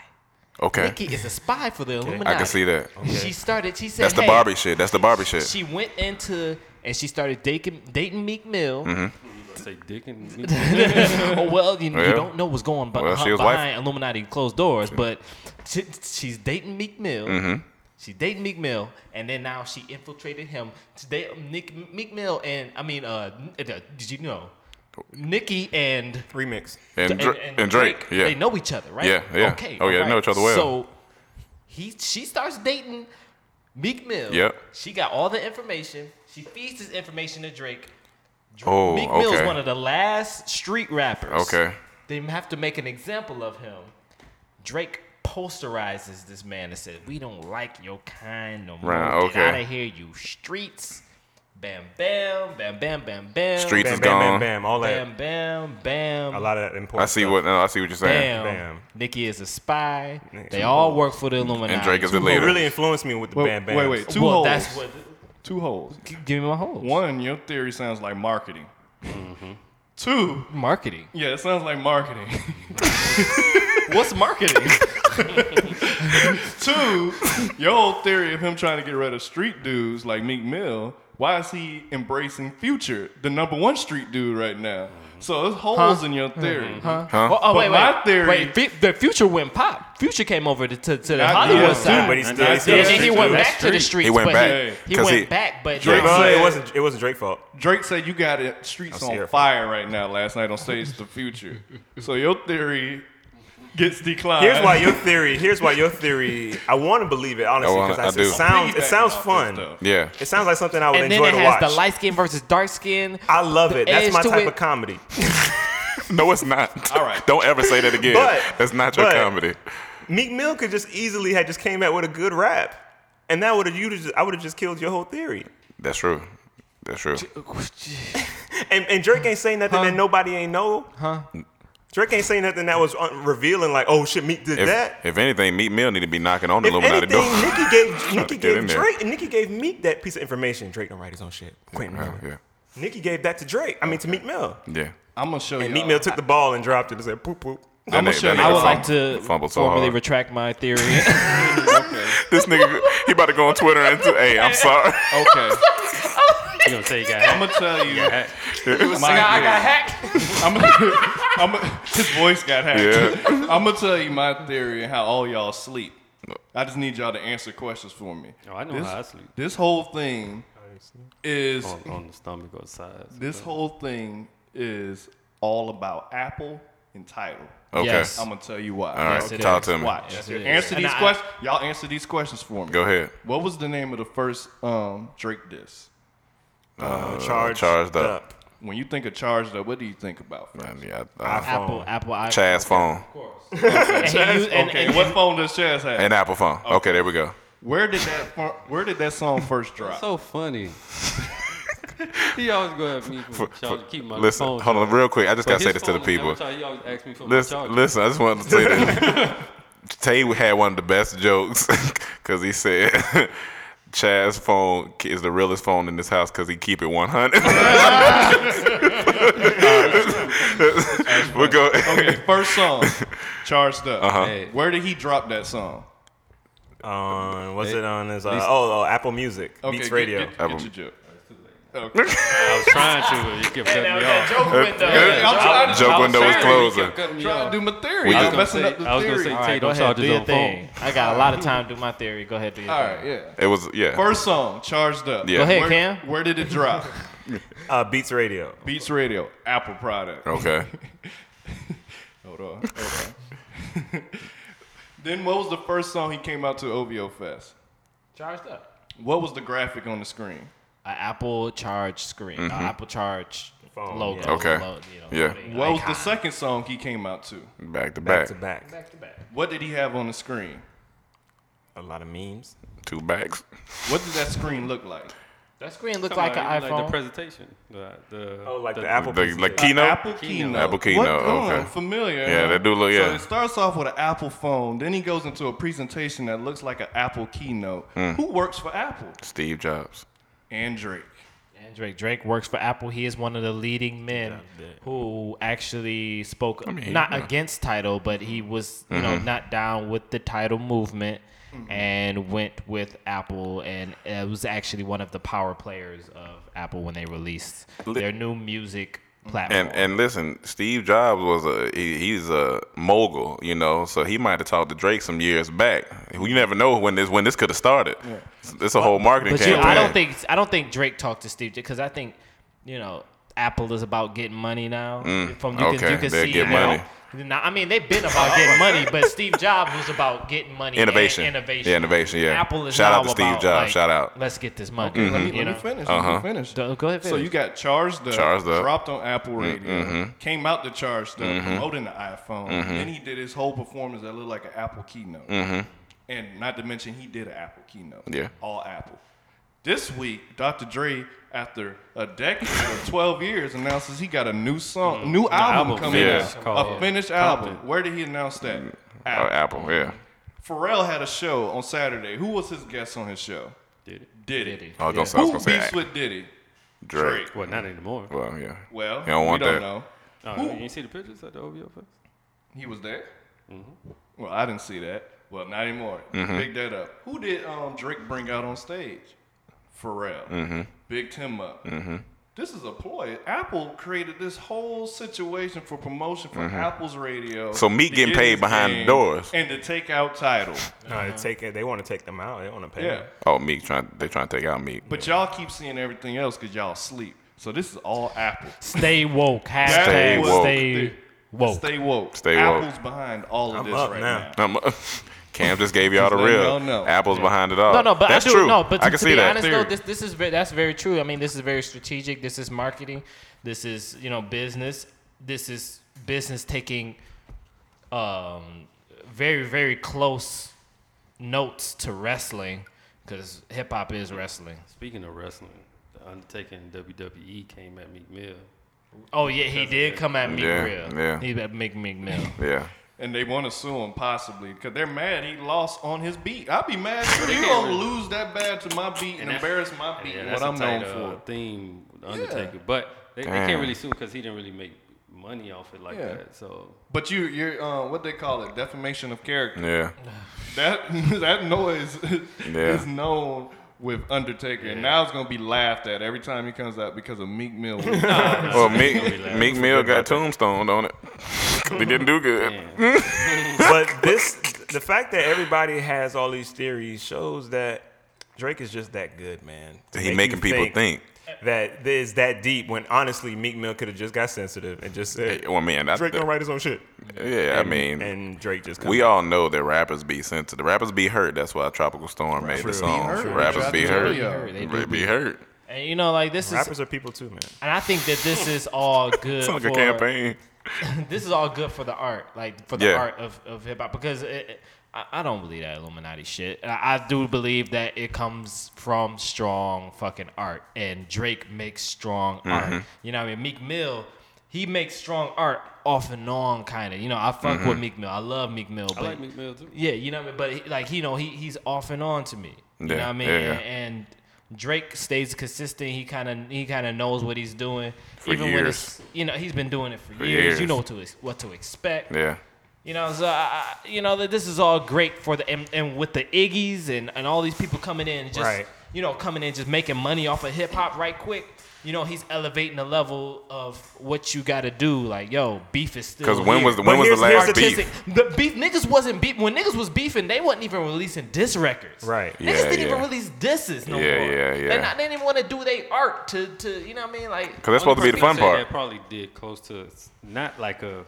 Speaker 4: Okay.
Speaker 6: Nikki is a spy for the Illuminati.
Speaker 4: I can see that.
Speaker 6: She started. She said,
Speaker 4: That's the
Speaker 6: "Hey,
Speaker 4: Barbie shit. That's the Barbie shit. Mm-hmm.
Speaker 6: she went into and she started dating dating Meek Mill.
Speaker 7: Say dick and
Speaker 6: oh well, you,
Speaker 4: Yeah.
Speaker 6: you don't know what's going bu-
Speaker 4: Well, she was wife.
Speaker 6: behind Illuminati closed doors, but she, she's dating Meek Mill.
Speaker 4: Mm-hmm.
Speaker 6: She's dating Meek Mill, and then now she infiltrated him to date Nick, Meek Mill, and I mean, uh, n- uh, did you know? Nikki and
Speaker 8: Remix.
Speaker 4: And, Dra- and, Drake, yeah.
Speaker 6: they know each other, right?
Speaker 4: Yeah, yeah.
Speaker 6: Okay,
Speaker 4: Oh, yeah, they
Speaker 6: alright.
Speaker 4: know each other well.
Speaker 6: So he, she starts dating Meek Mill.
Speaker 4: Yep.
Speaker 6: She got all the information. She feeds this information to Drake. Dr-
Speaker 4: Oh,
Speaker 6: Meek Mill's
Speaker 4: okay.
Speaker 6: one of the last street rappers.
Speaker 4: Okay.
Speaker 6: They have to make an example of him. Drake posterizes this man and says, "We don't like your kind no more.
Speaker 4: Right,
Speaker 6: Get out
Speaker 4: okay.
Speaker 6: of here, you streets." Bam, bam, bam, bam, bam, bam.
Speaker 4: Streets
Speaker 8: Bam,
Speaker 4: is
Speaker 8: bam, bam,
Speaker 4: gone.
Speaker 8: bam. All that.
Speaker 6: Bam, bam, bam.
Speaker 8: A lot of that important.
Speaker 4: I see
Speaker 8: stuff.
Speaker 4: what no, I see what you're saying.
Speaker 6: Bam.
Speaker 8: Bam.
Speaker 6: Nikki is a spy. They all work for the Illuminati.
Speaker 4: And Drake is the
Speaker 6: Two-
Speaker 8: It
Speaker 4: leader.
Speaker 8: really influenced me with the
Speaker 1: Wait,
Speaker 8: bam bam.
Speaker 1: wait, wait. Two
Speaker 6: well,
Speaker 1: holes.
Speaker 6: that's what.
Speaker 1: Two holes.
Speaker 6: Give me my hole.
Speaker 1: One, your theory sounds like marketing. Two,
Speaker 6: marketing.
Speaker 1: yeah, it sounds like marketing.
Speaker 6: What's marketing?
Speaker 1: Two, your whole theory of him trying to get rid of street dudes like Meek Mill, why is he embracing Future, the number one street dude right now? So there's holes in your theory.
Speaker 4: Huh?
Speaker 6: oh, oh,
Speaker 1: But
Speaker 6: wait, wait.
Speaker 1: my theory-
Speaker 6: Wait, Fu- the future went pop. Future came over to, to, to the
Speaker 1: Not
Speaker 6: Hollywood
Speaker 1: yet,
Speaker 6: side.
Speaker 8: But he
Speaker 1: And
Speaker 8: still, he
Speaker 1: that's
Speaker 8: still
Speaker 1: it.
Speaker 6: and then he went
Speaker 1: That's
Speaker 6: back to the
Speaker 1: street.
Speaker 6: streets.
Speaker 4: He went
Speaker 6: but
Speaker 4: back,
Speaker 6: He,
Speaker 4: 'cause
Speaker 6: went
Speaker 4: he-
Speaker 6: back, but
Speaker 1: Drake
Speaker 6: no.
Speaker 8: No,
Speaker 1: said-
Speaker 8: it wasn't. It wasn't Drake's fault.
Speaker 1: Drake said you got it streets
Speaker 8: I'm
Speaker 1: on
Speaker 8: scared.
Speaker 1: fire right now last night on stage the future. So your theory gets declined.
Speaker 8: Here's why your theory. Here's why your theory. I want to believe it honestly
Speaker 4: I wanna- I
Speaker 8: because
Speaker 4: do.
Speaker 8: it sounds. It sounds
Speaker 1: Piggybacking off
Speaker 8: fun.
Speaker 1: this stuff.
Speaker 4: Yeah.
Speaker 8: It sounds like something I would
Speaker 6: and then
Speaker 8: enjoy
Speaker 6: it
Speaker 8: to watch.
Speaker 6: has the light skin versus dark skin.
Speaker 8: I love it. That's
Speaker 6: edge
Speaker 8: my
Speaker 6: to
Speaker 8: type
Speaker 6: it.
Speaker 8: of comedy.
Speaker 4: No, it's not.
Speaker 1: All right.
Speaker 4: Don't ever say that again.
Speaker 8: But-
Speaker 4: That's not your
Speaker 8: but-
Speaker 4: comedy.
Speaker 8: Meek Mill could just easily have just came out with a good rap, and that would have you. I would have just killed your whole theory.
Speaker 4: That's true. That's true.
Speaker 8: And, and Drake ain't saying nothing that nobody ain't know. Huh? Drake ain't saying nothing that was un- revealing. Like, oh shit, Meek did
Speaker 4: If,
Speaker 8: that.
Speaker 4: if anything, Meek Mill need to be knocking on the
Speaker 8: If
Speaker 4: Illuminati
Speaker 8: anything,
Speaker 4: door.
Speaker 8: Nicki gave Nicki
Speaker 4: Get in
Speaker 8: gave
Speaker 4: there.
Speaker 8: Drake. Nicki gave Meek that piece of information. Drake don't write his own shit. Quentin Miller.
Speaker 4: yeah.
Speaker 8: Nicki gave that to Drake. I mean to Meek Mill.
Speaker 4: Yeah.
Speaker 1: I'm gonna show you.
Speaker 8: And Meek Mill took the ball and dropped it and said, "Poop poop."
Speaker 4: That
Speaker 1: I'ma
Speaker 4: nigga-
Speaker 1: show
Speaker 4: that
Speaker 1: you.
Speaker 4: nigga
Speaker 1: I
Speaker 6: I would like
Speaker 4: fumbled-
Speaker 6: to
Speaker 4: fumbled so
Speaker 6: formally
Speaker 4: hard.
Speaker 6: retract my theory.
Speaker 4: this nigga, he about to go on Twitter and say, "Hey, I'm sorry."
Speaker 1: Okay,
Speaker 7: you gonna say you got
Speaker 1: I'm gonna tell you. my
Speaker 6: I
Speaker 1: theory.
Speaker 6: got hacked.
Speaker 1: I'm, I'm, his voice got hacked.
Speaker 4: Yeah.
Speaker 1: I'm gonna tell you my theory and how all y'all sleep. I just need y'all to answer questions for me.
Speaker 7: Oh, I know
Speaker 1: this,
Speaker 7: how I sleep.
Speaker 1: This whole thing is
Speaker 7: on, on the stomach or sides.
Speaker 1: this whole thing is all about Apple and title.
Speaker 4: Okay.
Speaker 6: Yes.
Speaker 1: I'm gonna tell you why.
Speaker 4: All right.
Speaker 6: Yes, it
Speaker 4: Talk
Speaker 6: is.
Speaker 4: to me.
Speaker 1: Watch.
Speaker 6: Yes, it is.
Speaker 1: answer
Speaker 6: And
Speaker 1: these
Speaker 6: I-
Speaker 1: questions. Y'all answer these questions for me.
Speaker 4: Go ahead.
Speaker 1: What was the name of the first um, Drake diss?
Speaker 8: Uh, charged,
Speaker 4: charged up.
Speaker 1: When you think of charged up, what do you think about? first?
Speaker 4: Man, yeah, I-
Speaker 6: Apple, Apple,
Speaker 4: I-
Speaker 6: iPhone.
Speaker 4: Chaz phone.
Speaker 6: And he used- and-
Speaker 1: Oh. okay,
Speaker 6: and-
Speaker 1: what phone does Chaz have?
Speaker 4: An Apple phone. Okay. there we go.
Speaker 1: Where did that fir- Where did that song first drop?
Speaker 7: So funny. he always go at me for, charge, keep my
Speaker 4: Listen,
Speaker 7: phone.
Speaker 4: hold on, real quick. I just
Speaker 7: But
Speaker 4: gotta say
Speaker 7: his
Speaker 4: this to the
Speaker 7: phone, every
Speaker 4: people.
Speaker 7: time He always asks me for my charger.
Speaker 4: Listen, listen, I just wanted to say this. Tay had one of the best jokes because he said Chaz's phone is the realest phone in this house because he keep it 100. we'll go.
Speaker 1: Okay, first song, Charged Up.
Speaker 4: Uh-huh.
Speaker 7: Hey.
Speaker 1: Where did he drop that song?
Speaker 8: On what's it on? His, uh, oh, oh, Apple Music,
Speaker 1: Okay,
Speaker 8: Beats
Speaker 1: get-
Speaker 8: Radio.
Speaker 1: Get, get,
Speaker 4: Album.
Speaker 1: your joke. Okay.
Speaker 7: I was trying to, but you kept cutting me off.
Speaker 6: Joke window.
Speaker 1: I'm trying to,
Speaker 4: Joke
Speaker 1: I'm
Speaker 4: window is
Speaker 1: trying-
Speaker 4: closing.
Speaker 7: Cutting me
Speaker 1: Trying
Speaker 7: off.
Speaker 1: to do my theory.
Speaker 4: We
Speaker 1: I'm
Speaker 4: do.
Speaker 1: messing up the
Speaker 7: I was gonna
Speaker 1: theory.
Speaker 7: say,
Speaker 1: All
Speaker 7: Tay
Speaker 1: right,
Speaker 6: Go
Speaker 7: don't
Speaker 6: ahead,
Speaker 7: charge
Speaker 6: do
Speaker 7: his
Speaker 6: your
Speaker 7: own
Speaker 6: thing.
Speaker 7: phone.
Speaker 6: I got a lot of time to do my theory. Go ahead, do your thing.
Speaker 1: yeah.
Speaker 4: It was yeah.
Speaker 1: First song, Charged Up.
Speaker 4: Yeah. Go
Speaker 6: ahead,
Speaker 1: where,
Speaker 6: Cam.
Speaker 1: Where did it drop?
Speaker 8: Uh, Beats Radio.
Speaker 1: Beats Radio, Apple product.
Speaker 4: Okay.
Speaker 1: Hold on. Hold on. then what was the first song he came out to OVO Fest?
Speaker 6: Charged up.
Speaker 1: What was the graphic on the screen?
Speaker 6: An Apple Charge screen. a Apple Charge
Speaker 8: Phone,
Speaker 6: logo.
Speaker 8: yeah.
Speaker 4: Mm-hmm. Okay.
Speaker 6: lo- you know,
Speaker 4: Yeah.
Speaker 6: the
Speaker 1: What was the
Speaker 6: icon.
Speaker 1: second song he came out to?
Speaker 4: Back to
Speaker 8: Back
Speaker 4: back.
Speaker 8: to back.
Speaker 1: What did he have on the screen?
Speaker 8: A lot of memes.
Speaker 4: Two backs.
Speaker 1: What did that screen look like?
Speaker 6: That screen looked
Speaker 7: Come
Speaker 6: like an
Speaker 7: on, you
Speaker 6: iPhone.
Speaker 7: the presentation. The, the,
Speaker 8: Oh, like the, Apple.
Speaker 4: The,
Speaker 8: Music.
Speaker 4: like keynote.
Speaker 1: Apple keynote.
Speaker 4: Apple keynote,
Speaker 1: What? Come on,
Speaker 4: okay.
Speaker 1: familiar.
Speaker 4: Yeah,
Speaker 1: huh?
Speaker 4: that do look-
Speaker 1: So
Speaker 4: yeah.
Speaker 1: it starts off with an Apple phone. Then he goes into a presentation that looks like an Apple keynote.
Speaker 4: Hmm.
Speaker 1: Who works for Apple?
Speaker 4: Steve Jobs.
Speaker 1: And Drake.
Speaker 6: And Drake Drake works for Apple. He is one of the leading men who actually spoke not against title, but he was you
Speaker 4: Mm-hmm.
Speaker 6: know not down with the title movement and went with Apple and uh, was actually one of the power players of Apple when they released their new music platform.
Speaker 4: And and listen, Steve Jobs was a he, he's a mogul, you know, so he might have talked to Drake some years back. We never know when this when this could have started. It's, it's a whole marketing
Speaker 6: But you,
Speaker 4: campaign.
Speaker 6: I don't think I don't think Drake talked to Steve because I think you know Apple is about getting money now. From you
Speaker 4: Mm, okay,
Speaker 6: can, you can
Speaker 4: they'll
Speaker 6: see
Speaker 4: get
Speaker 6: you know,
Speaker 4: money.
Speaker 6: now, I mean, they've been about getting money, but Steve Jobs was about getting money. and
Speaker 4: Innovation.
Speaker 6: innovation,
Speaker 4: Yeah, innovation, yeah.
Speaker 6: Apple is
Speaker 4: Shout
Speaker 6: now
Speaker 4: out to Steve
Speaker 6: about,
Speaker 4: Jobs,
Speaker 6: like,
Speaker 4: shout out. uh, Mm-hmm.
Speaker 6: Let's get this money.
Speaker 1: Let me,
Speaker 6: Mm-hmm. you
Speaker 1: let me
Speaker 6: know?
Speaker 1: finish.
Speaker 4: Uh-huh.
Speaker 1: Let me finish.
Speaker 6: Go- go ahead,
Speaker 1: So
Speaker 6: finish.
Speaker 1: you got charged up,
Speaker 4: Charged Up. Mm-hmm.
Speaker 1: dropped on Apple Radio, came out to charged up, promoting the iPhone. Then he did his whole performance that looked like an Apple keynote. And not to mention, he did an Apple keynote.
Speaker 4: Mm-hmm. Yeah.
Speaker 1: All Apple. This week, Dr. Dre, after a decade or 12 years, announces he got a new song, new Mm-hmm. album,
Speaker 7: album,
Speaker 1: coming
Speaker 4: yeah.
Speaker 1: out.
Speaker 4: It's
Speaker 7: called-
Speaker 1: a finished album. Where did he announce that?
Speaker 4: Oh,
Speaker 1: Apple.
Speaker 4: Apple, yeah.
Speaker 1: Pharrell had a show on Saturday. Who was his guest on his show?
Speaker 7: Did
Speaker 1: Diddy.
Speaker 4: I was gonna say, I was
Speaker 1: Who
Speaker 4: gonna
Speaker 1: beefs
Speaker 4: say
Speaker 1: with Diddy?
Speaker 4: Drake.
Speaker 7: Well, not anymore.
Speaker 4: Well, yeah.
Speaker 1: Well,
Speaker 4: You don't want
Speaker 1: we don't
Speaker 4: that.
Speaker 1: know.
Speaker 7: Oh, you ain't see the pictures at the OVO place?
Speaker 1: He was there.
Speaker 4: Mm-hmm.
Speaker 1: Well, I didn't see that. Well, not anymore. Pick that up. Who did um, Drake bring out on stage? Pharrell.
Speaker 4: Mm-hmm.
Speaker 1: Big Tim up. This is a ploy. Apple created this whole situation for promotion for Apple's radio.
Speaker 4: Mm-hmm. So Meek
Speaker 1: to
Speaker 4: getting
Speaker 1: get
Speaker 4: paid
Speaker 1: his
Speaker 4: behind the
Speaker 1: game
Speaker 4: doors.
Speaker 1: and to take out title.
Speaker 8: No, they take it. They want to take them out. They want to pay.
Speaker 1: Yeah,
Speaker 8: them.
Speaker 4: Oh, Meek trying they trying to take out Meek.
Speaker 1: but y'all keep seeing everything else because y'all sleep. So this is all Apple.
Speaker 6: Stay woke.
Speaker 4: Stay
Speaker 6: Hashtag stay
Speaker 4: woke.
Speaker 6: woke.
Speaker 1: Stay woke.
Speaker 4: Stay woke.
Speaker 1: Apple's behind all of
Speaker 8: I'm
Speaker 1: this
Speaker 8: up
Speaker 1: right
Speaker 8: now.
Speaker 1: now.
Speaker 4: Um, Cam just gave y'all the
Speaker 1: Just letting
Speaker 4: real.
Speaker 1: y'all know.
Speaker 4: Apple's behind it all.
Speaker 6: No, no, but
Speaker 4: Oh, that's
Speaker 6: I do
Speaker 4: true.
Speaker 6: no. But to,
Speaker 4: I can
Speaker 6: to
Speaker 4: see
Speaker 6: be
Speaker 4: that.
Speaker 6: honest,
Speaker 1: Theory.
Speaker 6: though, this this is very, that's very true. I mean, this is very strategic. This is marketing. This is you know business. This is business taking um, very very close notes to wrestling because hip hop is wrestling.
Speaker 7: Speaking of wrestling, the Undertaking WWE E came at Meek Mill.
Speaker 6: Oh yeah, he did come at Meek
Speaker 4: Yeah,
Speaker 6: Mill.
Speaker 4: yeah.
Speaker 6: He at Meek Meek Mill.
Speaker 4: yeah.
Speaker 1: and they want to sue him possibly because they're mad he lost on his beat. I'd be mad too. You gonna lose that bad to my beat and,
Speaker 7: that's-
Speaker 1: embarrass my beat,
Speaker 7: Yeah,
Speaker 1: and
Speaker 7: that's
Speaker 1: what I'm
Speaker 7: a tight
Speaker 1: known
Speaker 7: uh,
Speaker 1: for.
Speaker 7: theme, with Undertaker. But they, they can't really sue because he didn't really make money off it like
Speaker 1: Yeah.
Speaker 7: that. So
Speaker 1: But you, you're uh, what they call it, defamation of character.
Speaker 4: Yeah.
Speaker 1: That that noise
Speaker 4: Yeah.
Speaker 1: is known with Undertaker, and now it's gonna be laughed at every time he comes out because of Meek Mill.
Speaker 4: Well, Meek, Meek Mill got tombstone on it. 'Cause he didn't do good.
Speaker 8: but this, the fact that everybody has all these theories shows that Drake is just that good, man. To
Speaker 4: He
Speaker 8: make
Speaker 4: making
Speaker 8: you
Speaker 4: people think.
Speaker 8: that there's that deep. When honestly, Meek Mill could have just got sensitive and just said,
Speaker 4: Eh, Well, man, that,
Speaker 8: "Drake gonna write his own shit."
Speaker 4: yeah, I mean,
Speaker 8: and Drake just come
Speaker 4: Mm. we all know that rappers be sensitive. Rappers be hurt. That's why Tropical Storm made the song.
Speaker 1: hurt.
Speaker 4: Rappers
Speaker 1: True.
Speaker 4: be
Speaker 1: They
Speaker 4: hurt.
Speaker 1: do
Speaker 6: They
Speaker 4: They
Speaker 6: do.
Speaker 4: be hurt.
Speaker 6: And you know, like this is,
Speaker 8: rappers are people too, man.
Speaker 6: and I think that this is all good
Speaker 4: It's like
Speaker 6: for uh,
Speaker 4: a campaign.
Speaker 6: this is all good for the art, like for the
Speaker 4: Yeah.
Speaker 6: art of, of hip hop, because it, it- I, I don't believe that Illuminati shit. And I, I do believe that it comes from strong fucking art, and Drake makes strong art. You know, what I mean, Meek Mill, he makes strong art off and on, kind of. You know, I fuck with Meek Mill. I love Meek Mill, but
Speaker 7: I like Meek Mill too.
Speaker 6: yeah, you know what I mean? But he- like, you know, he he's off and on to me. You know
Speaker 4: Yeah,
Speaker 6: what I mean?
Speaker 4: yeah, yeah.
Speaker 6: And, and Drake stays consistent. He kind of he kind of knows what he's doing.
Speaker 4: For
Speaker 6: when
Speaker 4: years.
Speaker 6: it's you know he's been doing it for,
Speaker 4: For
Speaker 6: years.
Speaker 4: years.
Speaker 6: You know what to ex- what to expect.
Speaker 4: Yeah.
Speaker 6: You know, so I, I- you know that this is all great for the and, and with the Iggy's and, and all these people coming in, just
Speaker 8: Right.
Speaker 6: you know coming in, just making money off of hip hop right quick. You know, he's elevating the level of what you got to do. Like, yo, beef is still.
Speaker 4: Because when
Speaker 6: here.
Speaker 4: was the when was the
Speaker 8: here's- here's
Speaker 4: last
Speaker 8: the
Speaker 4: beef?
Speaker 6: Statistic- The beef niggas wasn't beef when niggas was beefing. They wasn't even releasing diss records.
Speaker 8: Right.
Speaker 6: Niggas
Speaker 4: Yeah,
Speaker 6: didn't even
Speaker 4: yeah.
Speaker 6: release disses no
Speaker 4: Yeah,
Speaker 6: more.
Speaker 4: yeah, yeah.
Speaker 6: They, not, they didn't even want to do their art to to you know what I mean like.
Speaker 4: 'Cause that's supposed to be the fun
Speaker 7: Say
Speaker 4: part.
Speaker 7: That probably did close to not like a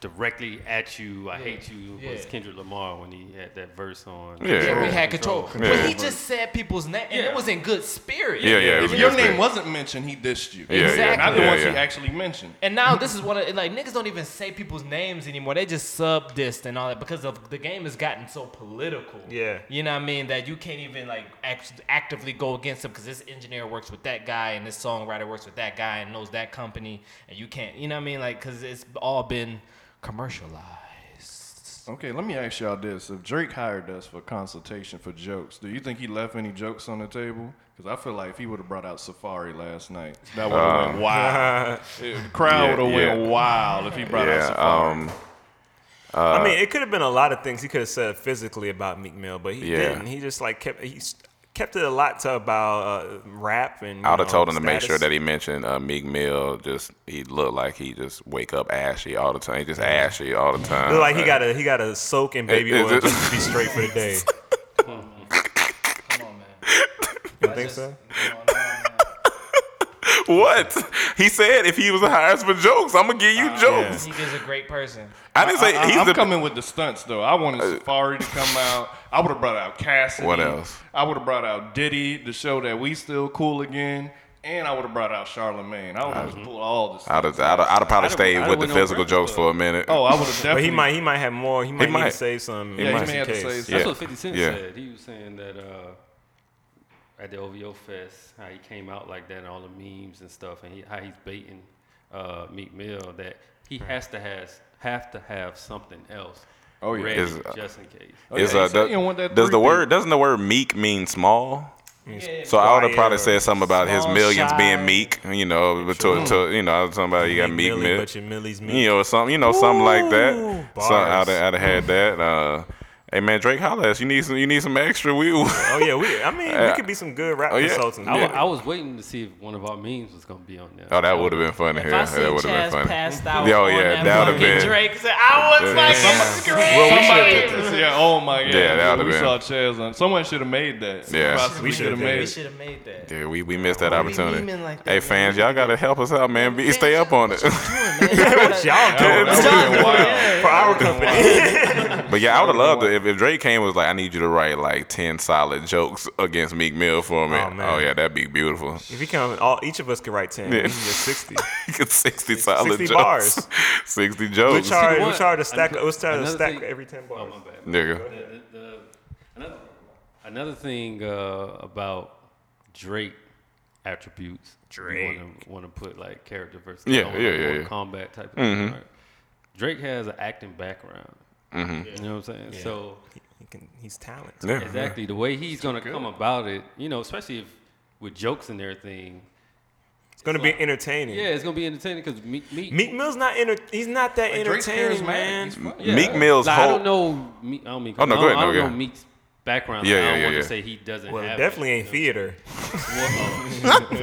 Speaker 7: directly at you. I hate you was
Speaker 6: Yeah.
Speaker 7: Kendrick Lamar when he had that verse on.
Speaker 4: Yeah.
Speaker 6: Yeah, we had control.
Speaker 4: Yeah.
Speaker 6: But he just said people's name, and
Speaker 7: Yeah.
Speaker 6: it was in good spirit.
Speaker 4: Yeah, yeah. it was
Speaker 1: If your
Speaker 4: good
Speaker 1: name
Speaker 4: shit.
Speaker 1: wasn't mentioned, he dissed you.
Speaker 4: Yeah, yeah,
Speaker 1: Not the
Speaker 4: yeah,
Speaker 1: ones
Speaker 4: yeah.
Speaker 1: he actually mentioned.
Speaker 6: And now this is one of like niggas don't even say people's names anymore. They just sub dissed and all that because of the game has gotten so political.
Speaker 8: Yeah.
Speaker 6: you know what I mean. That you can't even like act- actively go against them because this engineer works with that guy and this songwriter works with that guy and knows that company and you can't. You know what I mean? Like because it's all been commercialized.
Speaker 1: Okay, let me ask y'all this: If Drake hired us for consultation for jokes, do you think he left any jokes on the table? Because I feel like if he would have brought out Safari last night, that would have
Speaker 4: Um,
Speaker 1: went wild. the crowd
Speaker 4: yeah,
Speaker 1: would have
Speaker 4: yeah.
Speaker 1: went wild if he brought out
Speaker 4: Yeah.
Speaker 1: Safari.
Speaker 4: Um. Uh,
Speaker 8: I mean, it could have been a lot of things he could have said physically about Meek Mill, but he
Speaker 4: Yeah.
Speaker 8: didn't. He just like kept. He,
Speaker 3: kept it a lot to about uh, rap and. you
Speaker 4: I'd have
Speaker 3: know,
Speaker 4: told him to make sure
Speaker 3: status.
Speaker 4: that he mentioned uh, Meek Mill. Just he looked like he just wake up ashy all the time. He just ashy all the time.
Speaker 3: Look like he got a he got a soak in baby
Speaker 4: Hey,
Speaker 3: oil
Speaker 4: is Uh, it-
Speaker 3: just to be straight for the day.
Speaker 6: Come on, man. You
Speaker 3: You think so?
Speaker 4: what? He said if he was the highest for jokes, I'm gonna give you jokes.
Speaker 6: He is a great person.
Speaker 4: I didn't say
Speaker 1: I,
Speaker 4: he's
Speaker 1: am
Speaker 4: the. Uh,
Speaker 1: coming with the stunts though. I wanted Safari to come out. I would have brought out Cassidy.
Speaker 4: What else?
Speaker 1: I would have brought out Diddy to show that we still cool again. And I would have brought out Charlemagne. I would have
Speaker 4: Uh,
Speaker 1: pulled all this.
Speaker 4: I'd have, I'd have, I'd have probably
Speaker 1: I'd have-
Speaker 4: stayed
Speaker 1: I'd have
Speaker 4: with the
Speaker 1: went on
Speaker 4: physical
Speaker 1: Breakfast
Speaker 4: jokes
Speaker 1: Club.
Speaker 4: for a minute.
Speaker 1: Oh, I would have definitely.
Speaker 3: But he might he might have more. He might, need
Speaker 4: might.
Speaker 3: to save some.
Speaker 4: He
Speaker 1: Yeah,
Speaker 4: might.
Speaker 1: he may have to
Speaker 3: case.
Speaker 1: say.
Speaker 4: Yeah.
Speaker 1: Yeah.
Speaker 7: That's what 50 Cent
Speaker 4: Yeah.
Speaker 7: said. He was saying that uh, at the OVO Fest, how he came out like that and all the memes and stuff, and he, how he's baiting uh, Meek Mill that he has to has have to have something else
Speaker 1: Oh yeah.
Speaker 7: ready
Speaker 4: Is, uh,
Speaker 7: just in case.
Speaker 4: Is,
Speaker 1: yeah,
Speaker 4: uh,
Speaker 1: he said
Speaker 4: does-
Speaker 1: he don't want that
Speaker 4: does the
Speaker 1: three-peat.
Speaker 4: word doesn't the word meek mean small? So I would have probably said something about his
Speaker 3: small,
Speaker 4: millions
Speaker 3: shy.
Speaker 4: being meek, you know, but to, to you know, I was talking about you got meek
Speaker 3: Millie,
Speaker 4: mill,
Speaker 3: but your Millie's meek.
Speaker 4: you know, or something, you know, something like that.
Speaker 3: Ooh,
Speaker 4: So I'd
Speaker 3: bars.
Speaker 4: have, I'd have had that. Uh, hey man, Drake, holla at us. You need some, you need some extra. We,
Speaker 3: Oh yeah, we. I mean,
Speaker 4: Yeah.
Speaker 3: we could be some good rap
Speaker 4: Oh, yeah.
Speaker 3: consultants.
Speaker 4: I
Speaker 7: I, wa-
Speaker 4: Yeah.
Speaker 7: I was waiting to see if one of our memes was gonna be on there.
Speaker 4: Oh, that would have been funny.
Speaker 6: If I
Speaker 4: Yeah,
Speaker 6: seen
Speaker 4: that would have
Speaker 6: Chaz
Speaker 4: been funny.
Speaker 6: passed out
Speaker 4: Yeah, oh,
Speaker 6: on
Speaker 4: yeah,
Speaker 6: that
Speaker 4: that would've
Speaker 6: fucking
Speaker 4: been-
Speaker 6: Drake, said, I was
Speaker 4: Yeah.
Speaker 6: like, it's great.
Speaker 1: Somebody did this, yeah. Oh my god.
Speaker 4: Yeah, that would've
Speaker 1: we
Speaker 4: been-
Speaker 1: saw Chaz on. Someone should have made that.
Speaker 4: Yeah.
Speaker 1: we should have made.
Speaker 6: We
Speaker 1: it.
Speaker 6: should have made that.
Speaker 4: Yeah, we, we missed that opportunity.
Speaker 6: memeing like that,
Speaker 4: hey
Speaker 6: man?
Speaker 4: fans, y'all gotta help us out, man. Be, stay up on it.
Speaker 3: What y'all doing?
Speaker 1: That would've been wild.
Speaker 3: For our company.
Speaker 4: But yeah, I would have loved it if, if Drake came and was like, I need you to write like ten solid jokes against Meek Mill for me.
Speaker 3: Oh,
Speaker 4: Oh,
Speaker 3: man.
Speaker 4: yeah, that'd be beautiful.
Speaker 3: if you come, all each of us could write ten. We
Speaker 4: Yeah.
Speaker 3: can get sixty.
Speaker 4: Sixty solid
Speaker 3: 60
Speaker 4: jokes.
Speaker 3: bars.
Speaker 4: Sixty
Speaker 3: We
Speaker 4: jokes.
Speaker 3: charge, we
Speaker 7: what?
Speaker 3: charge a stack. We charge a
Speaker 7: Another
Speaker 3: stack
Speaker 7: thing-
Speaker 3: for every ten
Speaker 7: Oh
Speaker 3: bars.
Speaker 7: my bad.
Speaker 4: Nigga.
Speaker 7: The- the- another, another thing uh, about Drake attributes. Drake want to put like character versus
Speaker 4: Yeah,
Speaker 7: I wanna-
Speaker 4: yeah, yeah,
Speaker 7: I wanna
Speaker 4: yeah. Mm-hmm.
Speaker 7: combat type of thing. Right? Drake has an acting background.
Speaker 4: Mm-hmm.
Speaker 7: You know what I'm saying? So
Speaker 3: He can, he's talented.
Speaker 4: Yeah.
Speaker 7: exactly the way he's gonna come about it, you know, especially if with jokes and everything.
Speaker 3: It's gonna be entertaining.
Speaker 7: Yeah, it's gonna be entertaining because Meek, Meek,
Speaker 3: Meek Mill's not enter. He's not that
Speaker 1: Drake's
Speaker 3: entertaining,
Speaker 1: charismatic.
Speaker 3: man.
Speaker 1: He's funny.
Speaker 7: yeah.
Speaker 4: Meek Mill's
Speaker 7: Like, I
Speaker 4: whole
Speaker 7: don't know. Meek, I don't mean.
Speaker 4: Oh, no,
Speaker 7: I
Speaker 4: go ahead,
Speaker 7: don't- I
Speaker 4: no,
Speaker 7: don't
Speaker 4: yeah.
Speaker 7: know Meek's background.
Speaker 4: Yeah,
Speaker 7: Yeah, I
Speaker 4: yeah,
Speaker 7: don't
Speaker 4: yeah,
Speaker 7: want
Speaker 4: yeah.
Speaker 7: to say he doesn't.
Speaker 3: Well,
Speaker 7: have it.
Speaker 3: definitely ain't theater.
Speaker 4: I'm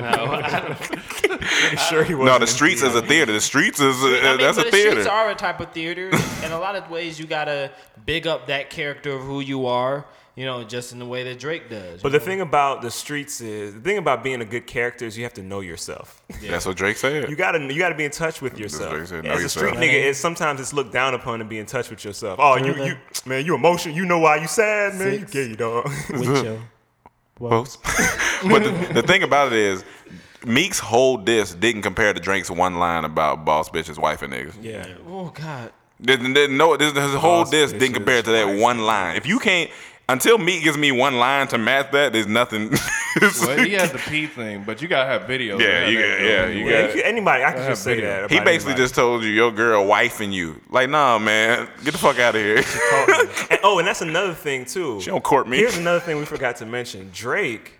Speaker 4: sure he was. No, the streets is a theater. The streets is a,
Speaker 6: I mean,
Speaker 4: that's
Speaker 6: but
Speaker 4: a
Speaker 6: the streets
Speaker 4: theater.
Speaker 6: are a type of theater, and a lot of ways you gotta big up that character of who you are. You know, just in the way that Drake does.
Speaker 3: But the thing about the streets is the thing about being a good character is you have to know yourself.
Speaker 4: That's what Drake said.
Speaker 3: You gotta you gotta be in touch with yourself.
Speaker 4: what he said, know
Speaker 3: As a street
Speaker 4: yourself.
Speaker 3: nigga, it's sometimes it's looked down upon to be in touch with yourself. Oh, you you man, you emotional. You know why you sad, man.
Speaker 5: Six.
Speaker 3: You gay, dog.
Speaker 5: With your
Speaker 4: Folks. but the, the thing about it is Meek's whole disc didn't compare to Drake's one line about boss bitches, wife and niggas.
Speaker 3: yeah.
Speaker 6: oh God,
Speaker 4: There's, there's no, there's, his whole
Speaker 3: Boss
Speaker 4: disc didn't
Speaker 3: bitches,
Speaker 4: compare to that one line. If you can't, until Meek gives me one line to match that, there's nothing.
Speaker 1: Well, he had the P thing, but you gotta have video.
Speaker 4: yeah, you, got- yeah, you
Speaker 3: Yeah,
Speaker 4: got.
Speaker 3: you-
Speaker 4: it.
Speaker 3: anybody, I can just say
Speaker 1: video.
Speaker 3: that.
Speaker 4: He
Speaker 3: about
Speaker 4: basically
Speaker 3: anybody.
Speaker 4: just told you your girl wifing you. Like, nah, man, get the fuck out of here.
Speaker 3: And- oh, and that's another thing too.
Speaker 4: She don't court me.
Speaker 3: Here's another thing we forgot to mention. Drake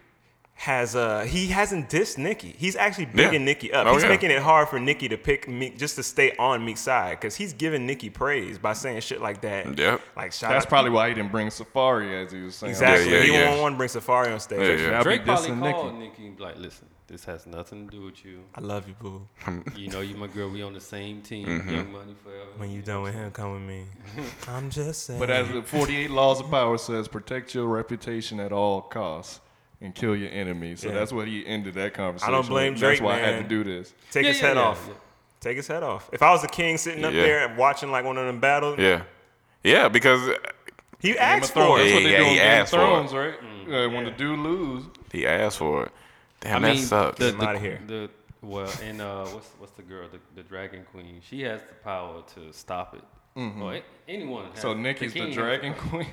Speaker 3: has uh he hasn't dissed Nicki. He's actually bigging
Speaker 4: Yeah.
Speaker 3: Nicki up.
Speaker 4: Oh,
Speaker 3: he's
Speaker 4: yeah.
Speaker 3: making it hard for Nicki to pick Meek just to stay on Meek's side because he's giving Nicki praise by saying shit like that.
Speaker 4: Yep.
Speaker 3: Like shout
Speaker 1: That's
Speaker 3: out-
Speaker 1: probably why he didn't bring Safari as he was saying.
Speaker 3: exactly.
Speaker 4: Yeah, yeah,
Speaker 3: he
Speaker 4: yeah.
Speaker 3: won't want to bring Safari on stage.
Speaker 4: Yeah, yeah.
Speaker 1: I'll be
Speaker 7: Drake probably
Speaker 1: dissing
Speaker 7: called
Speaker 1: Nicki.
Speaker 7: Nicki and be like, "Listen, this has nothing to do with you.
Speaker 3: I love you, boo.
Speaker 7: You know, you my girl. We on the same team.
Speaker 4: Mm-hmm.
Speaker 7: Young Money forever."
Speaker 3: When you done with him, come with me. I'm just saying.
Speaker 1: But as the 48 Laws of Power says, protect your reputation at all costs and kill your enemies. So
Speaker 3: Yeah.
Speaker 1: that's what he ended that conversation.
Speaker 3: blame
Speaker 1: with.
Speaker 3: Drake,
Speaker 1: That's why I
Speaker 3: man.
Speaker 1: had to do this.
Speaker 3: take
Speaker 7: Yeah,
Speaker 3: his
Speaker 7: yeah,
Speaker 3: head
Speaker 7: yeah,
Speaker 3: off.
Speaker 7: yeah.
Speaker 3: Take his head off. If I was a king sitting up
Speaker 4: Yeah.
Speaker 3: there and watching like one of them battles,
Speaker 4: Yeah, yeah, because
Speaker 3: he asked
Speaker 1: Game of
Speaker 3: for
Speaker 1: Thrones,
Speaker 3: it.
Speaker 1: That's what they
Speaker 4: Yeah,
Speaker 1: do
Speaker 4: he
Speaker 1: on Game of
Speaker 4: asked for it.
Speaker 1: Thrones, right?
Speaker 7: Mm.
Speaker 1: Uh, when the dude lose,
Speaker 4: he asked for it. Damn,
Speaker 7: I
Speaker 4: that
Speaker 7: mean,
Speaker 4: sucks.
Speaker 7: The,
Speaker 3: I'm
Speaker 7: the,
Speaker 3: outta here.
Speaker 7: The, well, and uh, what's what's the girl, the, the Dragon Queen? She has the power to stop it. Or a- anyone. Has,
Speaker 1: so Nikki's the,
Speaker 7: king has-
Speaker 1: Dragon Queen.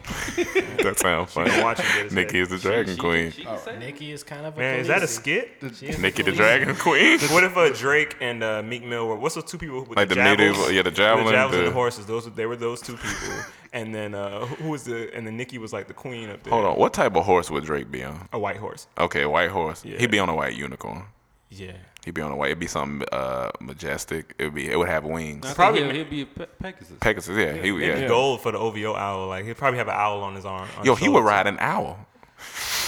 Speaker 4: that sounds funny.
Speaker 3: gonna watch him get his
Speaker 4: Nikki
Speaker 3: head.
Speaker 4: is the
Speaker 7: She
Speaker 4: Dragon
Speaker 7: can-
Speaker 4: Queen.
Speaker 7: she can say it.
Speaker 6: Nikki is kind of a
Speaker 3: Man, is that a
Speaker 6: Khaleesi.
Speaker 3: skit?
Speaker 6: She is a
Speaker 4: Nikki the
Speaker 6: Khaleesi.
Speaker 4: Dragon Queen.
Speaker 3: What if uh, Drake and uh, Meek Mill were? What's those two people? With
Speaker 4: Like
Speaker 3: the,
Speaker 4: the
Speaker 3: javels?
Speaker 4: medieval- yeah, the javelin,
Speaker 3: the javels and
Speaker 4: the-
Speaker 3: the horses. Those they were those two people. and then uh, who who was the? And then Nikki was like the queen up there.
Speaker 4: Hold on, what type of horse would Drake be on?
Speaker 3: a white horse.
Speaker 4: Okay, white horse.
Speaker 3: Yeah.
Speaker 4: He'd be on a white unicorn.
Speaker 3: Yeah,
Speaker 4: He'd be on a white. It'd be something uh, majestic. It'd be. It would have wings.
Speaker 7: I think
Speaker 3: Probably-
Speaker 7: he'll, he'll be a Pe- Pegasus.
Speaker 4: Pegasus. Yeah, he would. Yeah.
Speaker 3: gold for the OVO owl. Like he'd probably have an owl on his arm. on
Speaker 4: Yo,
Speaker 3: his
Speaker 4: he would
Speaker 3: shoulder.
Speaker 4: ride an owl.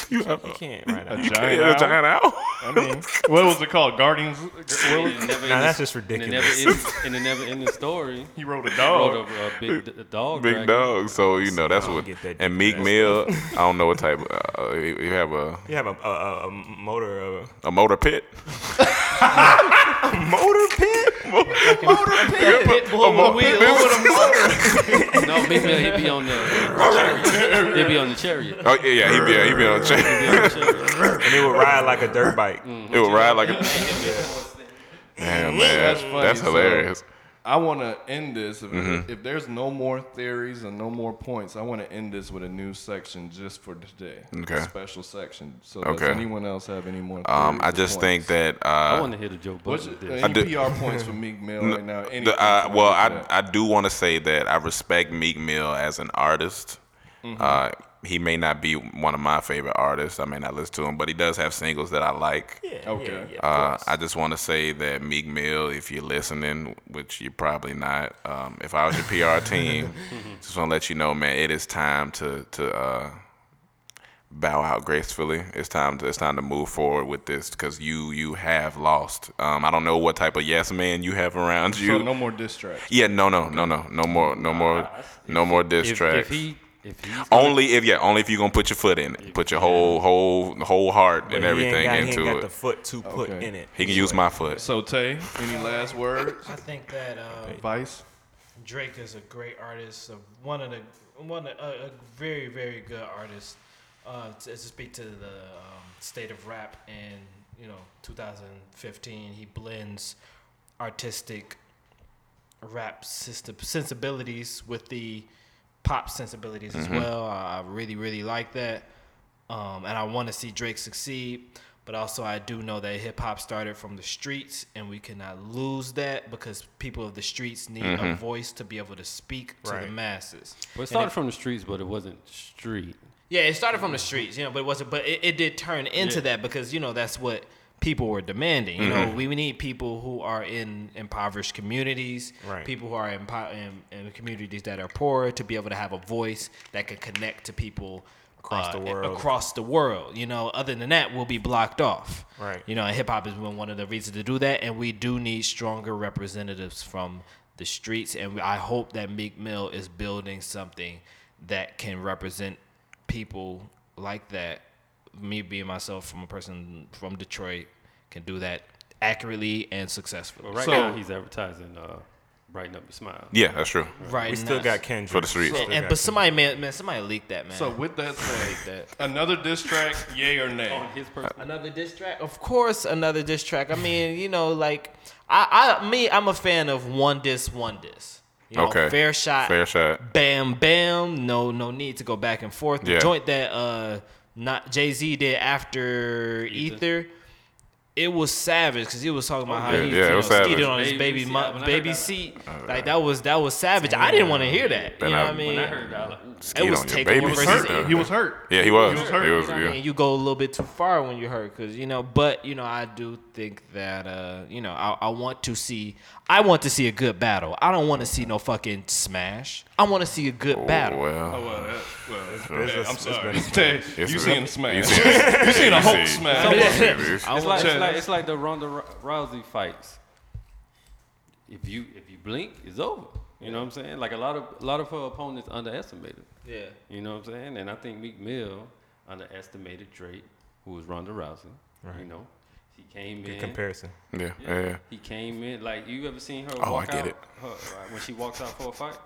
Speaker 4: You have
Speaker 3: You can't right
Speaker 1: A
Speaker 3: now.
Speaker 1: giant
Speaker 4: a
Speaker 1: owl?
Speaker 4: giant owl.
Speaker 1: I mean, what was it called? Guardians.
Speaker 7: And never
Speaker 3: Nah,
Speaker 7: in
Speaker 3: that's
Speaker 7: the-
Speaker 3: just
Speaker 7: and it
Speaker 3: ridiculous.
Speaker 7: never in, and it never in the story.
Speaker 1: He rode a
Speaker 7: Oh,
Speaker 1: dog.
Speaker 7: wrote a, a big d- dog.
Speaker 4: Big
Speaker 7: dragon.
Speaker 4: dog, so you know that's
Speaker 3: I don't
Speaker 4: what.
Speaker 3: get that
Speaker 4: and Meek Mill, I don't know what type. Uh, you you have a
Speaker 3: You have a, a, a, a motor. A,
Speaker 4: a motor pit.
Speaker 3: motor pit?
Speaker 6: Pit bull with a wheel. with a-
Speaker 7: No, Big Mill, he'd be on the. he'd be on the chariot.
Speaker 4: Oh yeah, yeah, he be he be on a chain.
Speaker 7: He'd be on the chariot.
Speaker 3: And it would ride like a dirt bike.
Speaker 4: It would ride like a. Damn man, that's,
Speaker 1: That's funny, so-
Speaker 4: hilarious.
Speaker 1: I want to end this. If,
Speaker 4: Mm-hmm.
Speaker 1: if there's no more theories and no more points, I want to end this with a new section just for today.
Speaker 4: Okay.
Speaker 1: A special section. So
Speaker 4: Okay.
Speaker 1: does anyone else have any more?
Speaker 4: Um,
Speaker 1: theories
Speaker 4: I
Speaker 1: or
Speaker 4: just think
Speaker 1: points?
Speaker 4: that
Speaker 7: I
Speaker 4: uh,
Speaker 7: want to hear the Joe
Speaker 1: What's uh,
Speaker 7: Budden. with this.
Speaker 1: any
Speaker 4: do-
Speaker 1: PR points for Meek Mill right now? Anything
Speaker 4: the, uh,
Speaker 1: from
Speaker 4: well,
Speaker 1: Meek
Speaker 4: I
Speaker 1: Mill?
Speaker 4: I do want to say that I respect Meek Mill as an artist. Uh, he may not be one of my favorite artists. I may not listen to him, but he does have singles that I like.
Speaker 1: okay.
Speaker 4: Uh, I just want to say that Meek Mill, if you're listening, which you're probably not, um, if I was your PR team, just want to let you know, man, it is time to to uh, bow out gracefully. It's time to it's time to move forward with this because you you have lost. Um, I don't know what type of yes man you have around you.
Speaker 1: So no more diss tracks.
Speaker 4: Yeah, no, no, no, no, no more, no more, no more diss
Speaker 7: If,
Speaker 4: tracks.
Speaker 7: if he, if he's
Speaker 1: Oh.
Speaker 7: gonna-
Speaker 4: only if yeah, only if you're gonna put your foot in it, put your whole whole whole heart and everything
Speaker 3: he ain't got, he ain't
Speaker 4: into
Speaker 3: got
Speaker 4: it.
Speaker 3: the foot to put
Speaker 1: Okay.
Speaker 3: in it.
Speaker 4: he can use my foot.
Speaker 1: So Tay, any last words?
Speaker 6: I think that um,
Speaker 1: Advice?
Speaker 6: Drake is a great artist, of one of the one of- a, a very very good artist uh, to, to speak to the um, state of rap in you know 2015. He blends artistic rap system sensibilities with the pop sensibilities as well. I, I really really like that, um, and I want to see Drake succeed. But also, I do know that hip hop started from the streets, and we cannot lose that because people of the streets need a voice to be able to speak to the masses.
Speaker 7: Well, it
Speaker 6: And
Speaker 7: started from the streets, but it wasn't street.
Speaker 6: yeah, it started from the streets, you know, but it wasn't. But it, it did turn into that because you know that's what people were demanding. You
Speaker 3: Mm-hmm.
Speaker 6: know, we, we need people who are in impoverished communities,
Speaker 3: Right.
Speaker 6: people who are in, po- in, in communities that are poor to be able to have a voice that can connect to people uh,
Speaker 3: Across the world.
Speaker 6: Across the world, you know. Other than that, we'll be blocked off.
Speaker 3: Right.
Speaker 6: You know, and hip hop has been one of the reasons to do that, and we do need stronger representatives from the streets. And we, I hope that Meek Mill is building something that can represent people like that. Me being myself from a person from Detroit can do that accurately and successfully.
Speaker 7: But right
Speaker 1: So-
Speaker 7: now, he's advertising uh, brighten up your smile.
Speaker 4: Yeah, that's true.
Speaker 6: Right.
Speaker 3: We still
Speaker 6: now.
Speaker 3: got Kendrick.
Speaker 4: For the streets.
Speaker 3: Still
Speaker 6: And
Speaker 3: got
Speaker 6: but somebody man, man somebody leaked that man.
Speaker 1: So with that said, another diss track, yay or nay?
Speaker 7: His person.
Speaker 6: Another diss track? Of course, another diss track. I mean, you know, like I, I, me, I'm a fan of one diss, one diss. You know,
Speaker 4: Okay.
Speaker 6: fair shot,
Speaker 4: Fair shot.
Speaker 6: bam, bam. No, no need to go back and forth. The
Speaker 4: Yeah.
Speaker 6: joint that uh, not Jay Z did after Ether. It was savage because he was talking about how
Speaker 4: Yeah,
Speaker 6: he
Speaker 4: yeah, it
Speaker 6: you know,
Speaker 4: was savage.
Speaker 6: skeeted on his
Speaker 7: Oh,
Speaker 6: baby
Speaker 7: Baby seat.
Speaker 6: mu-
Speaker 7: When I heard
Speaker 6: baby
Speaker 7: that-
Speaker 6: seat. Like that was that was savage. I didn't want to hear that. You
Speaker 4: Then
Speaker 6: know
Speaker 4: I-
Speaker 6: what I mean?
Speaker 4: when
Speaker 7: I heard that. like,
Speaker 4: Skeet
Speaker 6: was
Speaker 4: on your
Speaker 6: Take
Speaker 4: baby.
Speaker 6: One
Speaker 4: seat,
Speaker 6: versus
Speaker 4: though.
Speaker 1: He was hurt.
Speaker 4: Yeah, he was.
Speaker 1: was hurt.
Speaker 4: He was.
Speaker 6: I mean,
Speaker 4: Yeah.
Speaker 6: you go a little bit too far when you hurt, cause you know. But you know, I do think that uh, you know, I, I want to see, I want to see a good battle. I don't want to see no fucking smash. I want to see a good
Speaker 4: Oh,
Speaker 6: battle.
Speaker 4: Well,
Speaker 1: Well, that, well,
Speaker 3: it's-
Speaker 1: I'm
Speaker 3: it's
Speaker 1: sorry.
Speaker 3: been a
Speaker 1: Tay,
Speaker 4: It's
Speaker 1: you
Speaker 4: a-
Speaker 1: seen Smash. You
Speaker 4: you
Speaker 1: seen,
Speaker 4: seen-
Speaker 1: a
Speaker 4: you
Speaker 1: Hulk
Speaker 4: seen-
Speaker 1: Smash.
Speaker 4: serious.
Speaker 6: I want
Speaker 7: It's like,
Speaker 6: to,
Speaker 7: it's like it's like the Ronda Rou- Rousey fights. If you if you blink, it's over. You know what I'm saying? Like a lot of a lot of her opponents underestimated.
Speaker 6: yeah,
Speaker 7: You know what I'm saying? And I think Meek Mill underestimated Drake, who was Ronda Rousey. You know, he came in.
Speaker 3: Comparison.
Speaker 4: yeah, yeah.
Speaker 7: He came in like you ever seen her
Speaker 4: Oh,
Speaker 7: walk
Speaker 4: I get
Speaker 7: out?
Speaker 4: it.
Speaker 7: Her, uh, when she walks out for a fight,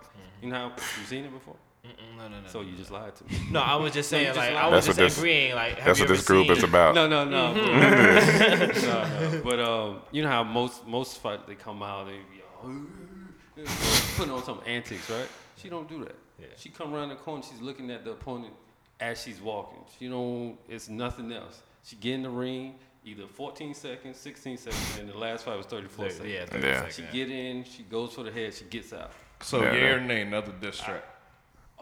Speaker 7: you know how you seen it before.
Speaker 6: Mm-hmm. no, no, no.
Speaker 7: So you just lied to me.
Speaker 6: no, I was just saying,
Speaker 7: just
Speaker 6: like,
Speaker 7: lied.
Speaker 6: I was
Speaker 4: That's what
Speaker 6: just
Speaker 4: this-
Speaker 6: agreeing, like, have
Speaker 4: That's
Speaker 6: you
Speaker 4: what
Speaker 6: ever
Speaker 4: this group
Speaker 6: seen,
Speaker 4: is about.
Speaker 7: No, no, no. Mm-hmm. no, no. But um, you know how most most fights they come out they be all, putting on some antics, right? She don't do that. She come around the corner, she's looking at the opponent as she's walking. She don't. It's nothing else. She get in the ring either 14 seconds, 16 seconds, and the last fight was 34 seconds.
Speaker 6: Yeah,
Speaker 4: Yeah.
Speaker 7: She get in, she goes for the head, she gets out.
Speaker 1: So
Speaker 4: Yeah.
Speaker 1: yay or nay, another diss track.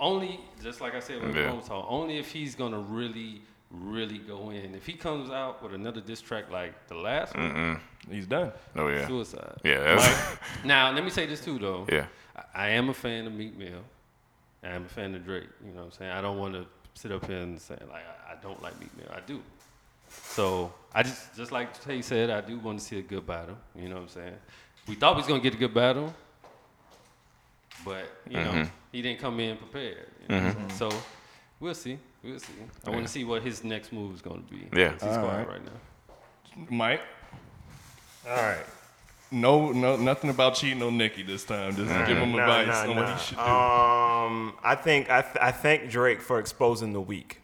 Speaker 7: Only, just like I said with
Speaker 4: Yeah.
Speaker 7: yeah. Talk, only if he's gonna really, really go in. If he comes out with another diss track like the last one,
Speaker 1: He's done.
Speaker 4: Oh yeah.
Speaker 7: suicide.
Speaker 4: Yeah. That's,
Speaker 7: Now, let me say this too, though.
Speaker 4: yeah.
Speaker 7: I, I am a fan of Meek Mill. I am a fan of Drake. You know what I'm saying? I don't want to sit up here and say like I, I don't like Meek Mill. I do. So I just just like Tay said, I do want to see a good battle. You know what I'm saying? We thought we was gonna get a good battle, but you
Speaker 4: Mm-hmm.
Speaker 7: know he didn't come in prepared. You know what I'm saying? So we'll see. We'll see. I want to see what his next move is gonna be.
Speaker 4: Yeah.
Speaker 7: he's quiet right now.
Speaker 1: Mike. All right. No, no, nothing about cheating on Nikki this time. Just give him
Speaker 3: Nah,
Speaker 1: advice
Speaker 3: nah,
Speaker 1: on
Speaker 3: nah. Uh,
Speaker 1: what he should do.
Speaker 3: Um, I think I, th- I thank Drake for exposing the weak.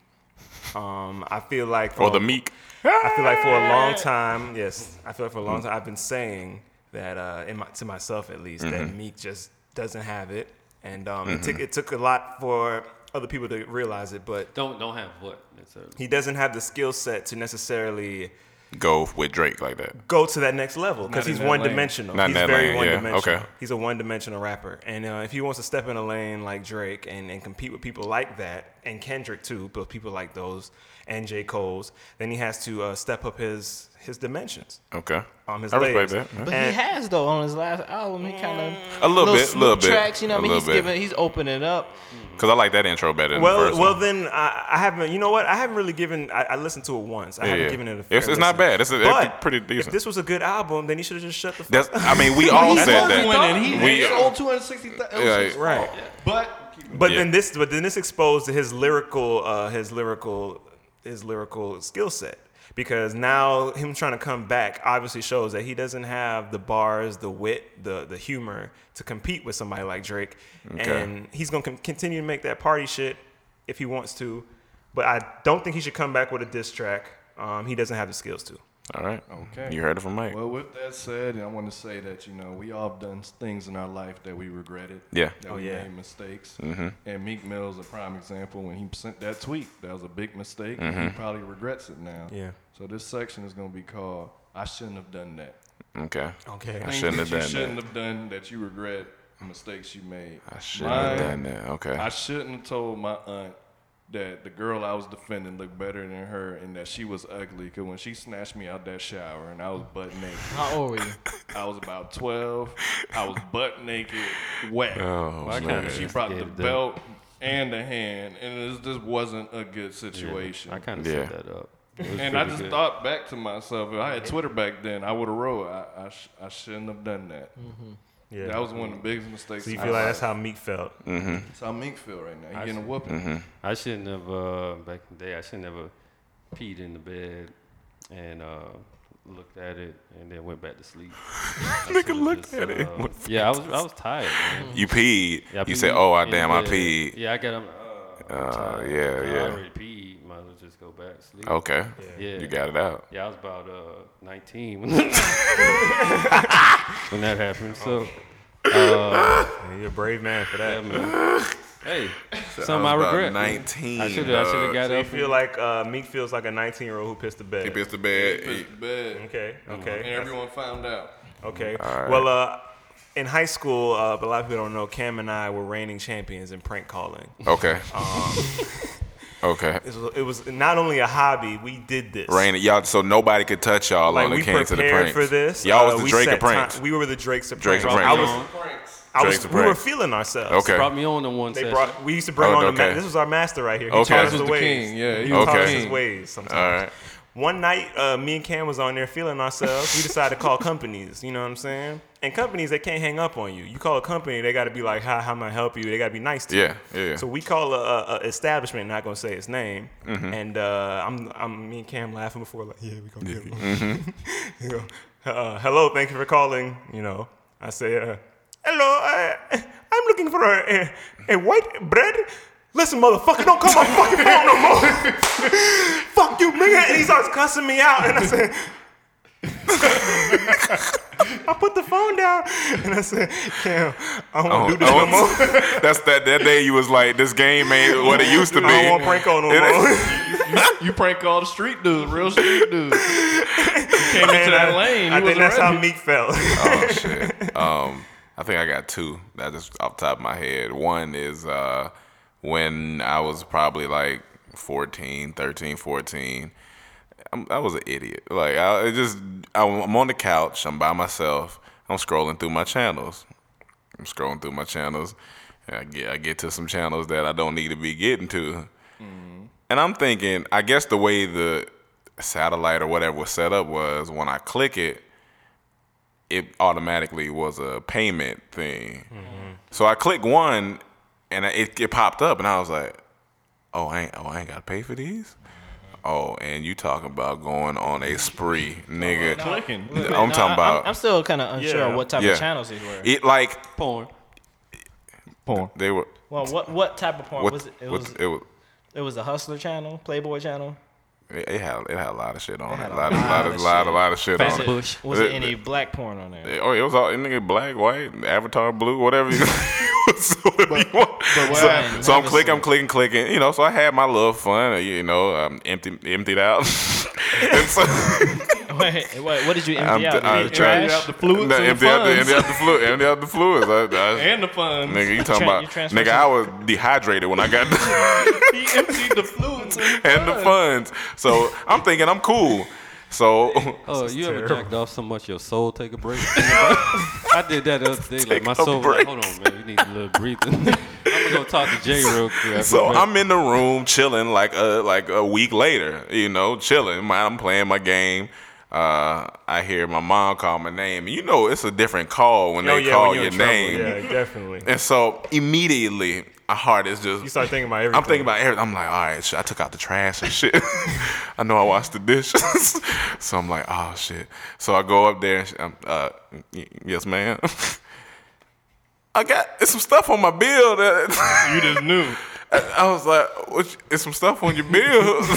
Speaker 3: Um, I feel like for
Speaker 4: Or the meek.
Speaker 3: I feel like for a long time, yes, I feel like for a long time I've been saying that uh, in my, to myself at least that Meek just doesn't have it, and um, it took it took a lot for other people to realize it, but
Speaker 7: Don't don't have what necessarily.
Speaker 3: he doesn't have the skill set to necessarily
Speaker 4: Go with Drake like that.
Speaker 3: go to that next level because
Speaker 1: in
Speaker 3: he's
Speaker 1: that
Speaker 3: one
Speaker 1: lane.
Speaker 3: dimensional.
Speaker 4: Not in
Speaker 3: he's
Speaker 4: that
Speaker 3: very
Speaker 4: lane,
Speaker 3: one
Speaker 4: yeah,
Speaker 3: dimensional.
Speaker 4: okay.
Speaker 3: He's a one dimensional rapper, and uh, if he wants to step in a lane like Drake and, and compete with people like that and Kendrick too, but people like those and J Cole's, then he has to uh, step up his his dimensions.
Speaker 4: Okay.
Speaker 3: Um, his
Speaker 4: I respect
Speaker 3: layers.
Speaker 4: that. yeah.
Speaker 6: But
Speaker 3: And-
Speaker 6: he has though on his last album, he kind of
Speaker 4: A little bit, little bit,
Speaker 6: tracks. You
Speaker 4: a
Speaker 6: know, what I mean,
Speaker 4: little
Speaker 6: he's
Speaker 4: bit.
Speaker 6: giving, he's opening up.
Speaker 4: Because I like that intro better than the
Speaker 3: Well,
Speaker 4: first
Speaker 3: well,
Speaker 4: one.
Speaker 3: then I, I haven't. You know what? I haven't really given. I, I listened to it once. I
Speaker 4: Yeah,
Speaker 3: haven't
Speaker 4: yeah.
Speaker 3: given it a. Fair
Speaker 4: It's- it's not
Speaker 3: listen.
Speaker 4: bad. It's a- it's
Speaker 3: But
Speaker 4: pretty
Speaker 3: If
Speaker 4: decent.
Speaker 3: this was a good album, then he should have just shut the. Fuck
Speaker 4: That's, I mean, we all said
Speaker 1: Went
Speaker 4: that.
Speaker 1: in, he
Speaker 4: We- uh,
Speaker 1: he sold 260,000.
Speaker 4: Yeah,
Speaker 3: right.
Speaker 1: But
Speaker 3: But
Speaker 4: Yeah.
Speaker 3: then this, but then this exposed his lyrical, uh, his lyrical, his lyrical skill set because now him trying to come back obviously shows that he doesn't have the bars, the wit, the the humor to compete with somebody like Drake, and he's gonna con- continue to make that party shit if he wants to, but I don't think he should come back with a diss track. Um, he doesn't have the skills to.
Speaker 4: all right.
Speaker 1: Okay.
Speaker 4: You heard it from Mike.
Speaker 1: Well, with that said, I want to say that you know we all have done things in our life that we regretted.
Speaker 4: Yeah. Mm-hmm.
Speaker 1: That
Speaker 3: Oh,
Speaker 1: we
Speaker 3: yeah.
Speaker 1: made mistakes. And Meek Mill is a prime example. When he sent that tweet, that was a big mistake. and
Speaker 4: Mm-hmm.
Speaker 1: He probably regrets it now.
Speaker 3: Yeah.
Speaker 1: So this section is going to be called "I shouldn't have done that."
Speaker 4: Okay.
Speaker 3: Okay.
Speaker 4: I shouldn't have
Speaker 1: that you
Speaker 4: done
Speaker 1: shouldn't
Speaker 4: that.
Speaker 1: have done that you regret mistakes you made.
Speaker 4: I shouldn't have
Speaker 1: Mine-
Speaker 4: done that. Okay.
Speaker 1: I shouldn't have told my aunt that the girl I was defending looked better than her and that she was ugly. Cause when she snatched me out that shower and I was butt naked,
Speaker 5: How old were you?
Speaker 1: I was about twelve. I was butt naked, wet.
Speaker 4: Oh,
Speaker 1: Like,
Speaker 4: man.
Speaker 1: She brought the
Speaker 7: Yeah, the-
Speaker 1: belt and the hand, and this just wasn't a good situation.
Speaker 7: I kind of
Speaker 4: Yeah.
Speaker 7: set that up. It was
Speaker 1: and I
Speaker 7: pretty
Speaker 1: just
Speaker 7: good.
Speaker 1: thought back to myself, if I had Twitter back then, I would have wrote, I, I, sh- I shouldn't have done that.
Speaker 3: Mm-hmm. Yeah.
Speaker 1: That was one of the biggest mistakes.
Speaker 3: so you
Speaker 1: I
Speaker 3: feel like
Speaker 1: made.
Speaker 3: that's how Meek felt.
Speaker 1: that's how Mink feel right now. He getting a whooping.
Speaker 4: Mm-hmm.
Speaker 7: I shouldn't have uh, back in the day. I shouldn't have uh, peed in the bed and uh, looked at it and then went back to sleep. Nigga
Speaker 4: looked at it and went
Speaker 7: uh, Yeah, I was I was tired. Man.
Speaker 4: You peed.
Speaker 7: Yeah, I
Speaker 4: you said,
Speaker 7: peed
Speaker 4: "Oh, I
Speaker 7: in
Speaker 4: damn, I
Speaker 7: bed.
Speaker 4: peed."
Speaker 7: Yeah, I got up. Uh, I'm
Speaker 4: Uh,
Speaker 7: tired.
Speaker 4: yeah,
Speaker 7: I
Speaker 4: yeah.
Speaker 7: already peed. Might as well just go back to sleep.
Speaker 4: Okay.
Speaker 7: Yeah.
Speaker 4: You got it out.
Speaker 7: Yeah, I was about uh, 19 when that when that happened. So,
Speaker 3: Yeah, you're a brave man for
Speaker 7: yeah,
Speaker 3: that.
Speaker 7: man. Hey, something I,
Speaker 4: I was about
Speaker 7: regret. man.
Speaker 4: 19,
Speaker 7: I should
Speaker 4: dog.
Speaker 7: have. I should have got
Speaker 3: So you
Speaker 7: up.
Speaker 3: feel like uh, Meek feels like a 19 year old who pissed the bed.
Speaker 4: He pissed the bed.
Speaker 1: It's bad.
Speaker 3: Okay. Okay.
Speaker 1: And everyone found out.
Speaker 3: Okay. Well, uh, in high school, uh, a lot of people don't know, Cam and I were reigning champions in prank calling.
Speaker 4: Okay. okay.
Speaker 3: It was, it was not only a hobby, we did this.
Speaker 4: Rain it, y'all, so nobody could touch y'all
Speaker 3: Like,
Speaker 4: on the
Speaker 3: we
Speaker 4: came
Speaker 3: prepared
Speaker 4: to the pranks.
Speaker 3: for this.
Speaker 4: Y'all
Speaker 3: Uh,
Speaker 4: was the
Speaker 3: we
Speaker 4: Drake
Speaker 3: set
Speaker 4: of pranks.
Speaker 3: time- we were the Drakes of
Speaker 4: Drakes of
Speaker 3: pranks.
Speaker 4: pranks.
Speaker 3: I was, I
Speaker 4: Drakes
Speaker 3: was,
Speaker 4: of
Speaker 3: we were
Speaker 4: pranks.
Speaker 3: feeling ourselves.
Speaker 4: Okay.
Speaker 7: Brought me on in one
Speaker 3: They
Speaker 7: session.
Speaker 3: brought, we used to bring
Speaker 4: Oh,
Speaker 3: on the
Speaker 4: okay.
Speaker 3: ma- This was our master right here. He
Speaker 4: Okay.
Speaker 3: taught
Speaker 4: This
Speaker 3: us
Speaker 1: was
Speaker 3: the
Speaker 1: the
Speaker 3: ways.
Speaker 1: king, yeah, he
Speaker 3: He
Speaker 1: was
Speaker 3: taught
Speaker 4: the
Speaker 3: us
Speaker 4: king.
Speaker 3: his ways sometimes.
Speaker 4: All right.
Speaker 3: One night, uh, me and Cam was on there feeling ourselves. We decided to call companies. You know what I'm saying? And companies, they can't hang up on you. You call a company, they got to be like, "Hi, how am I help you?" They got to be nice to you.
Speaker 4: Yeah. Yeah.
Speaker 3: So we call a, a, a establishment, not gonna say its name,
Speaker 4: Mm-hmm.
Speaker 3: and uh, I'm, I'm me and Cam laughing before like, yeah, we gonna get him.
Speaker 4: Mm-hmm.
Speaker 3: You know, uh, hello, thank you for calling. You know, I say, uh, hello, I, I'm looking for a, a, a white bread. Listen, motherfucker, don't call my fucking phone no more. Fuck you, nigga. And he starts cussing me out, and I said. I put the phone down and I said, Cam, I don't want
Speaker 4: Oh,
Speaker 3: to do this
Speaker 4: oh,
Speaker 3: no more.
Speaker 4: that's that. That day you was like, this game ain't what it used to be.
Speaker 3: I don't want prank call no more.
Speaker 1: You prank all the street dudes, real street dudes. You came into
Speaker 3: And
Speaker 1: that
Speaker 3: I-
Speaker 1: lane.
Speaker 3: I
Speaker 1: you
Speaker 3: think
Speaker 1: wasn't
Speaker 3: that's
Speaker 1: ready.
Speaker 3: how Meek felt.
Speaker 4: oh shit. Um, I think I got two. That just off the top of my head. One is uh, when I was probably like 14, 13, 14. I'm, I was an idiot. Like I it just, I'm I'm on the couch. I'm by myself. I'm scrolling through my channels. I'm scrolling through my channels. And I get I get to some channels that I don't need to be getting to. And I'm thinking, I guess the way the satellite or whatever was set up was when I click it, it automatically was a payment thing. So I click one, and it, it popped up, and I was like, "Oh, I ain't, oh, I ain't gotta pay for these." Oh, and you talking about going on a spree, nigga?
Speaker 1: Clicking.
Speaker 4: I'm talking about
Speaker 6: I'm, still kind of unsure
Speaker 3: Yeah.
Speaker 6: of what type
Speaker 4: Yeah.
Speaker 6: of channels these were.
Speaker 4: it. Like
Speaker 6: Porn.
Speaker 1: Porn.
Speaker 4: they were.
Speaker 6: Well, what what type of porn
Speaker 4: What,
Speaker 6: was it? It
Speaker 4: what-
Speaker 6: was
Speaker 4: it was
Speaker 6: it was a Hustler channel, Playboy channel.
Speaker 4: It, it had it had a lot of shit on it. A lot, of lot, of lot, a lot of shit
Speaker 6: Was
Speaker 4: on
Speaker 6: it,
Speaker 4: it.
Speaker 5: Bush.
Speaker 6: was it
Speaker 4: The-
Speaker 6: any black porn on there?
Speaker 4: Oh, it was all nigga black, white, avatar blue, whatever. You, whatever you want.
Speaker 1: what
Speaker 4: so,
Speaker 6: happened?
Speaker 4: so I'm
Speaker 6: Never
Speaker 4: clicking,
Speaker 6: seen
Speaker 4: I'm clicking, clicking. You know, so I had my little fun. uh, You know, I'm empty, emptied out. and so,
Speaker 6: Wait, what, what did you
Speaker 4: uh, I'm,
Speaker 6: empty out?
Speaker 4: I'm
Speaker 6: The
Speaker 4: trying
Speaker 6: trash?
Speaker 1: out the fluids
Speaker 4: No,
Speaker 1: and
Speaker 4: empty
Speaker 1: the
Speaker 4: out the
Speaker 1: funds.
Speaker 4: empty out the fluid, empty out the fluids. I, I,
Speaker 1: And the funds.
Speaker 4: nigga, you talking
Speaker 6: Tra-
Speaker 4: about?
Speaker 6: you transfer
Speaker 4: Nigga,
Speaker 6: some-
Speaker 4: I was dehydrated when I got.
Speaker 1: He emptied the fluids and the
Speaker 4: and the funds. So I'm thinking I'm cool. So
Speaker 5: Oh, you ever jacked off so much your soul take a break? I did that the other day. Like
Speaker 4: Take
Speaker 5: my
Speaker 4: a
Speaker 5: soul was
Speaker 4: break.
Speaker 5: like, hold on, man, you need a little breathing. I'm gonna go talk to Jay real quick.
Speaker 4: So I'm in the room chilling like a like a week later, you know, chilling. My- I'm playing my game. Uh, I hear my mom call my name. You know, it's a different call when
Speaker 3: Oh,
Speaker 4: they
Speaker 3: yeah,
Speaker 4: call
Speaker 3: when you're
Speaker 4: your
Speaker 3: in trouble.
Speaker 4: name.
Speaker 3: Yeah, definitely.
Speaker 4: And so immediately, my heart is just.
Speaker 3: You start thinking about everything.
Speaker 4: I'm thinking about everything. I'm like, all right, shit, I took out the trash and shit. I know I washed the dishes, so I'm like, oh shit. So I go up there and sh- I'm, uh, y- yes, ma'am. I got some stuff on my bill that
Speaker 1: You just knew.
Speaker 4: I was like, what you- "It's some stuff on your bill."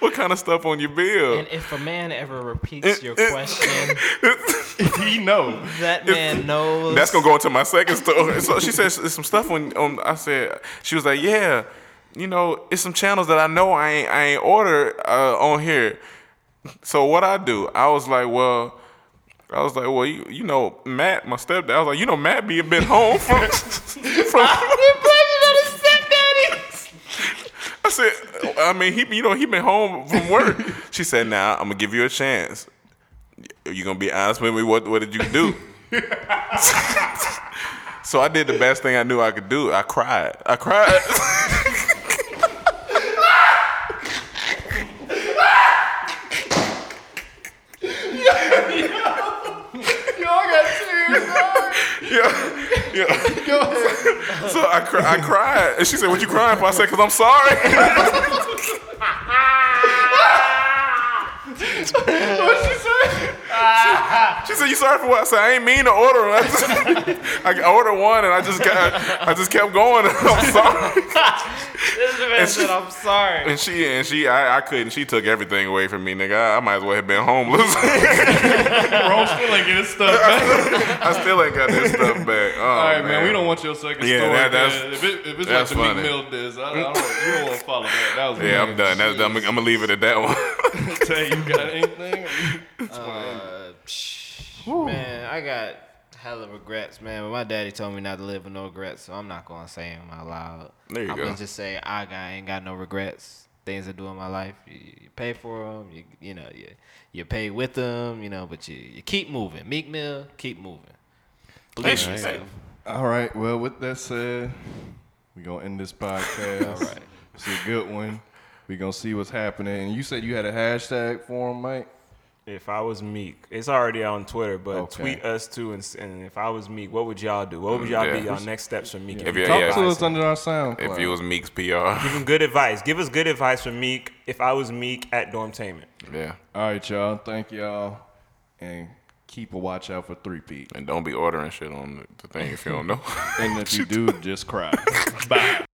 Speaker 4: what kind of stuff on your bill?
Speaker 6: And if a man ever
Speaker 4: Uh,
Speaker 6: repeats your question,
Speaker 1: He know.
Speaker 6: that man knows.
Speaker 4: That's gonna go into my second story. So she says, "It's some stuff on." on I said, "She was like, yeah, you know, it's some channels that I know I ain't I ain't ordered uh, on here." So what I do? I was like, well. I was like, well, you, you know, Matt, my stepdad. I was like, you know, Matt be a bit home from from I said, I mean, he, you know, he been home from work. She said, "Now I'm gonna give you a chance. You gonna be honest with me? What what did you do?" so I did the best thing I knew I could do. I cried. I cried. Yeah, yeah. So I, cri- I cried, and she said, "What you crying for?" I said, "Cause I'm sorry." She said, "You sorry for what?" I said, "I ain't mean to order them. I, just- I ordered one, and I just got, I just kept going. I'm sorry."
Speaker 6: This man said, "I'm sorry."
Speaker 4: And she, and she, I, I couldn't. She took everything away from me, nigga. I, I might as well have been homeless.
Speaker 1: Bro, still ain't getting stuff back.
Speaker 4: I still ain't got this stuff back. Oh,
Speaker 1: All right, man. We don't want your second
Speaker 4: Yeah,
Speaker 1: story.
Speaker 4: that-
Speaker 1: man.
Speaker 4: that's-
Speaker 1: if, it, if it's
Speaker 4: that's
Speaker 1: like the
Speaker 4: funny.
Speaker 1: Meek Mill diss, I, I don't, you don't want to follow that. That was
Speaker 4: Yeah, I'm done. That's, I'm, I'm gonna leave it at that one.
Speaker 1: Tay, you got anything?
Speaker 6: Uh, psh, man, I got hella regrets, man. But my daddy told me not to live with no regrets, so I'm not gonna say them out loud.
Speaker 4: There you
Speaker 6: I'm
Speaker 4: go.
Speaker 6: gonna just say I got, ain't got no regrets. Things I do in my life, you, you pay for them. You you know you you pay with them. You know, but you you keep moving. Meek Mill, keep moving. Believe in yourself.
Speaker 1: All right. Well, with that said, we're going to end this podcast. All right. It's a good one. We're going to see what's happening. And you said you had a hashtag for him, Mike?
Speaker 3: If I was Meek, it's already on Twitter, but
Speaker 1: Okay.
Speaker 3: tweet us too. And, s- and if I was Meek, what would y'all do? What would y'all
Speaker 4: Mm, Yeah.
Speaker 3: be y'all next steps for Meek?
Speaker 4: If you-
Speaker 1: Talk
Speaker 4: yeah,
Speaker 1: to us
Speaker 3: Give
Speaker 1: under our sound.
Speaker 4: if you was Meek's PR, yeah,
Speaker 3: him good advice. Give us good advice for Meek. If I was Meek at Dormtainment.
Speaker 1: All right, y'all. Thank y'all. And keep a watch out for three P.
Speaker 4: and don't be ordering shit on the thing if you don't know.
Speaker 1: And if you do, just cry. Bye.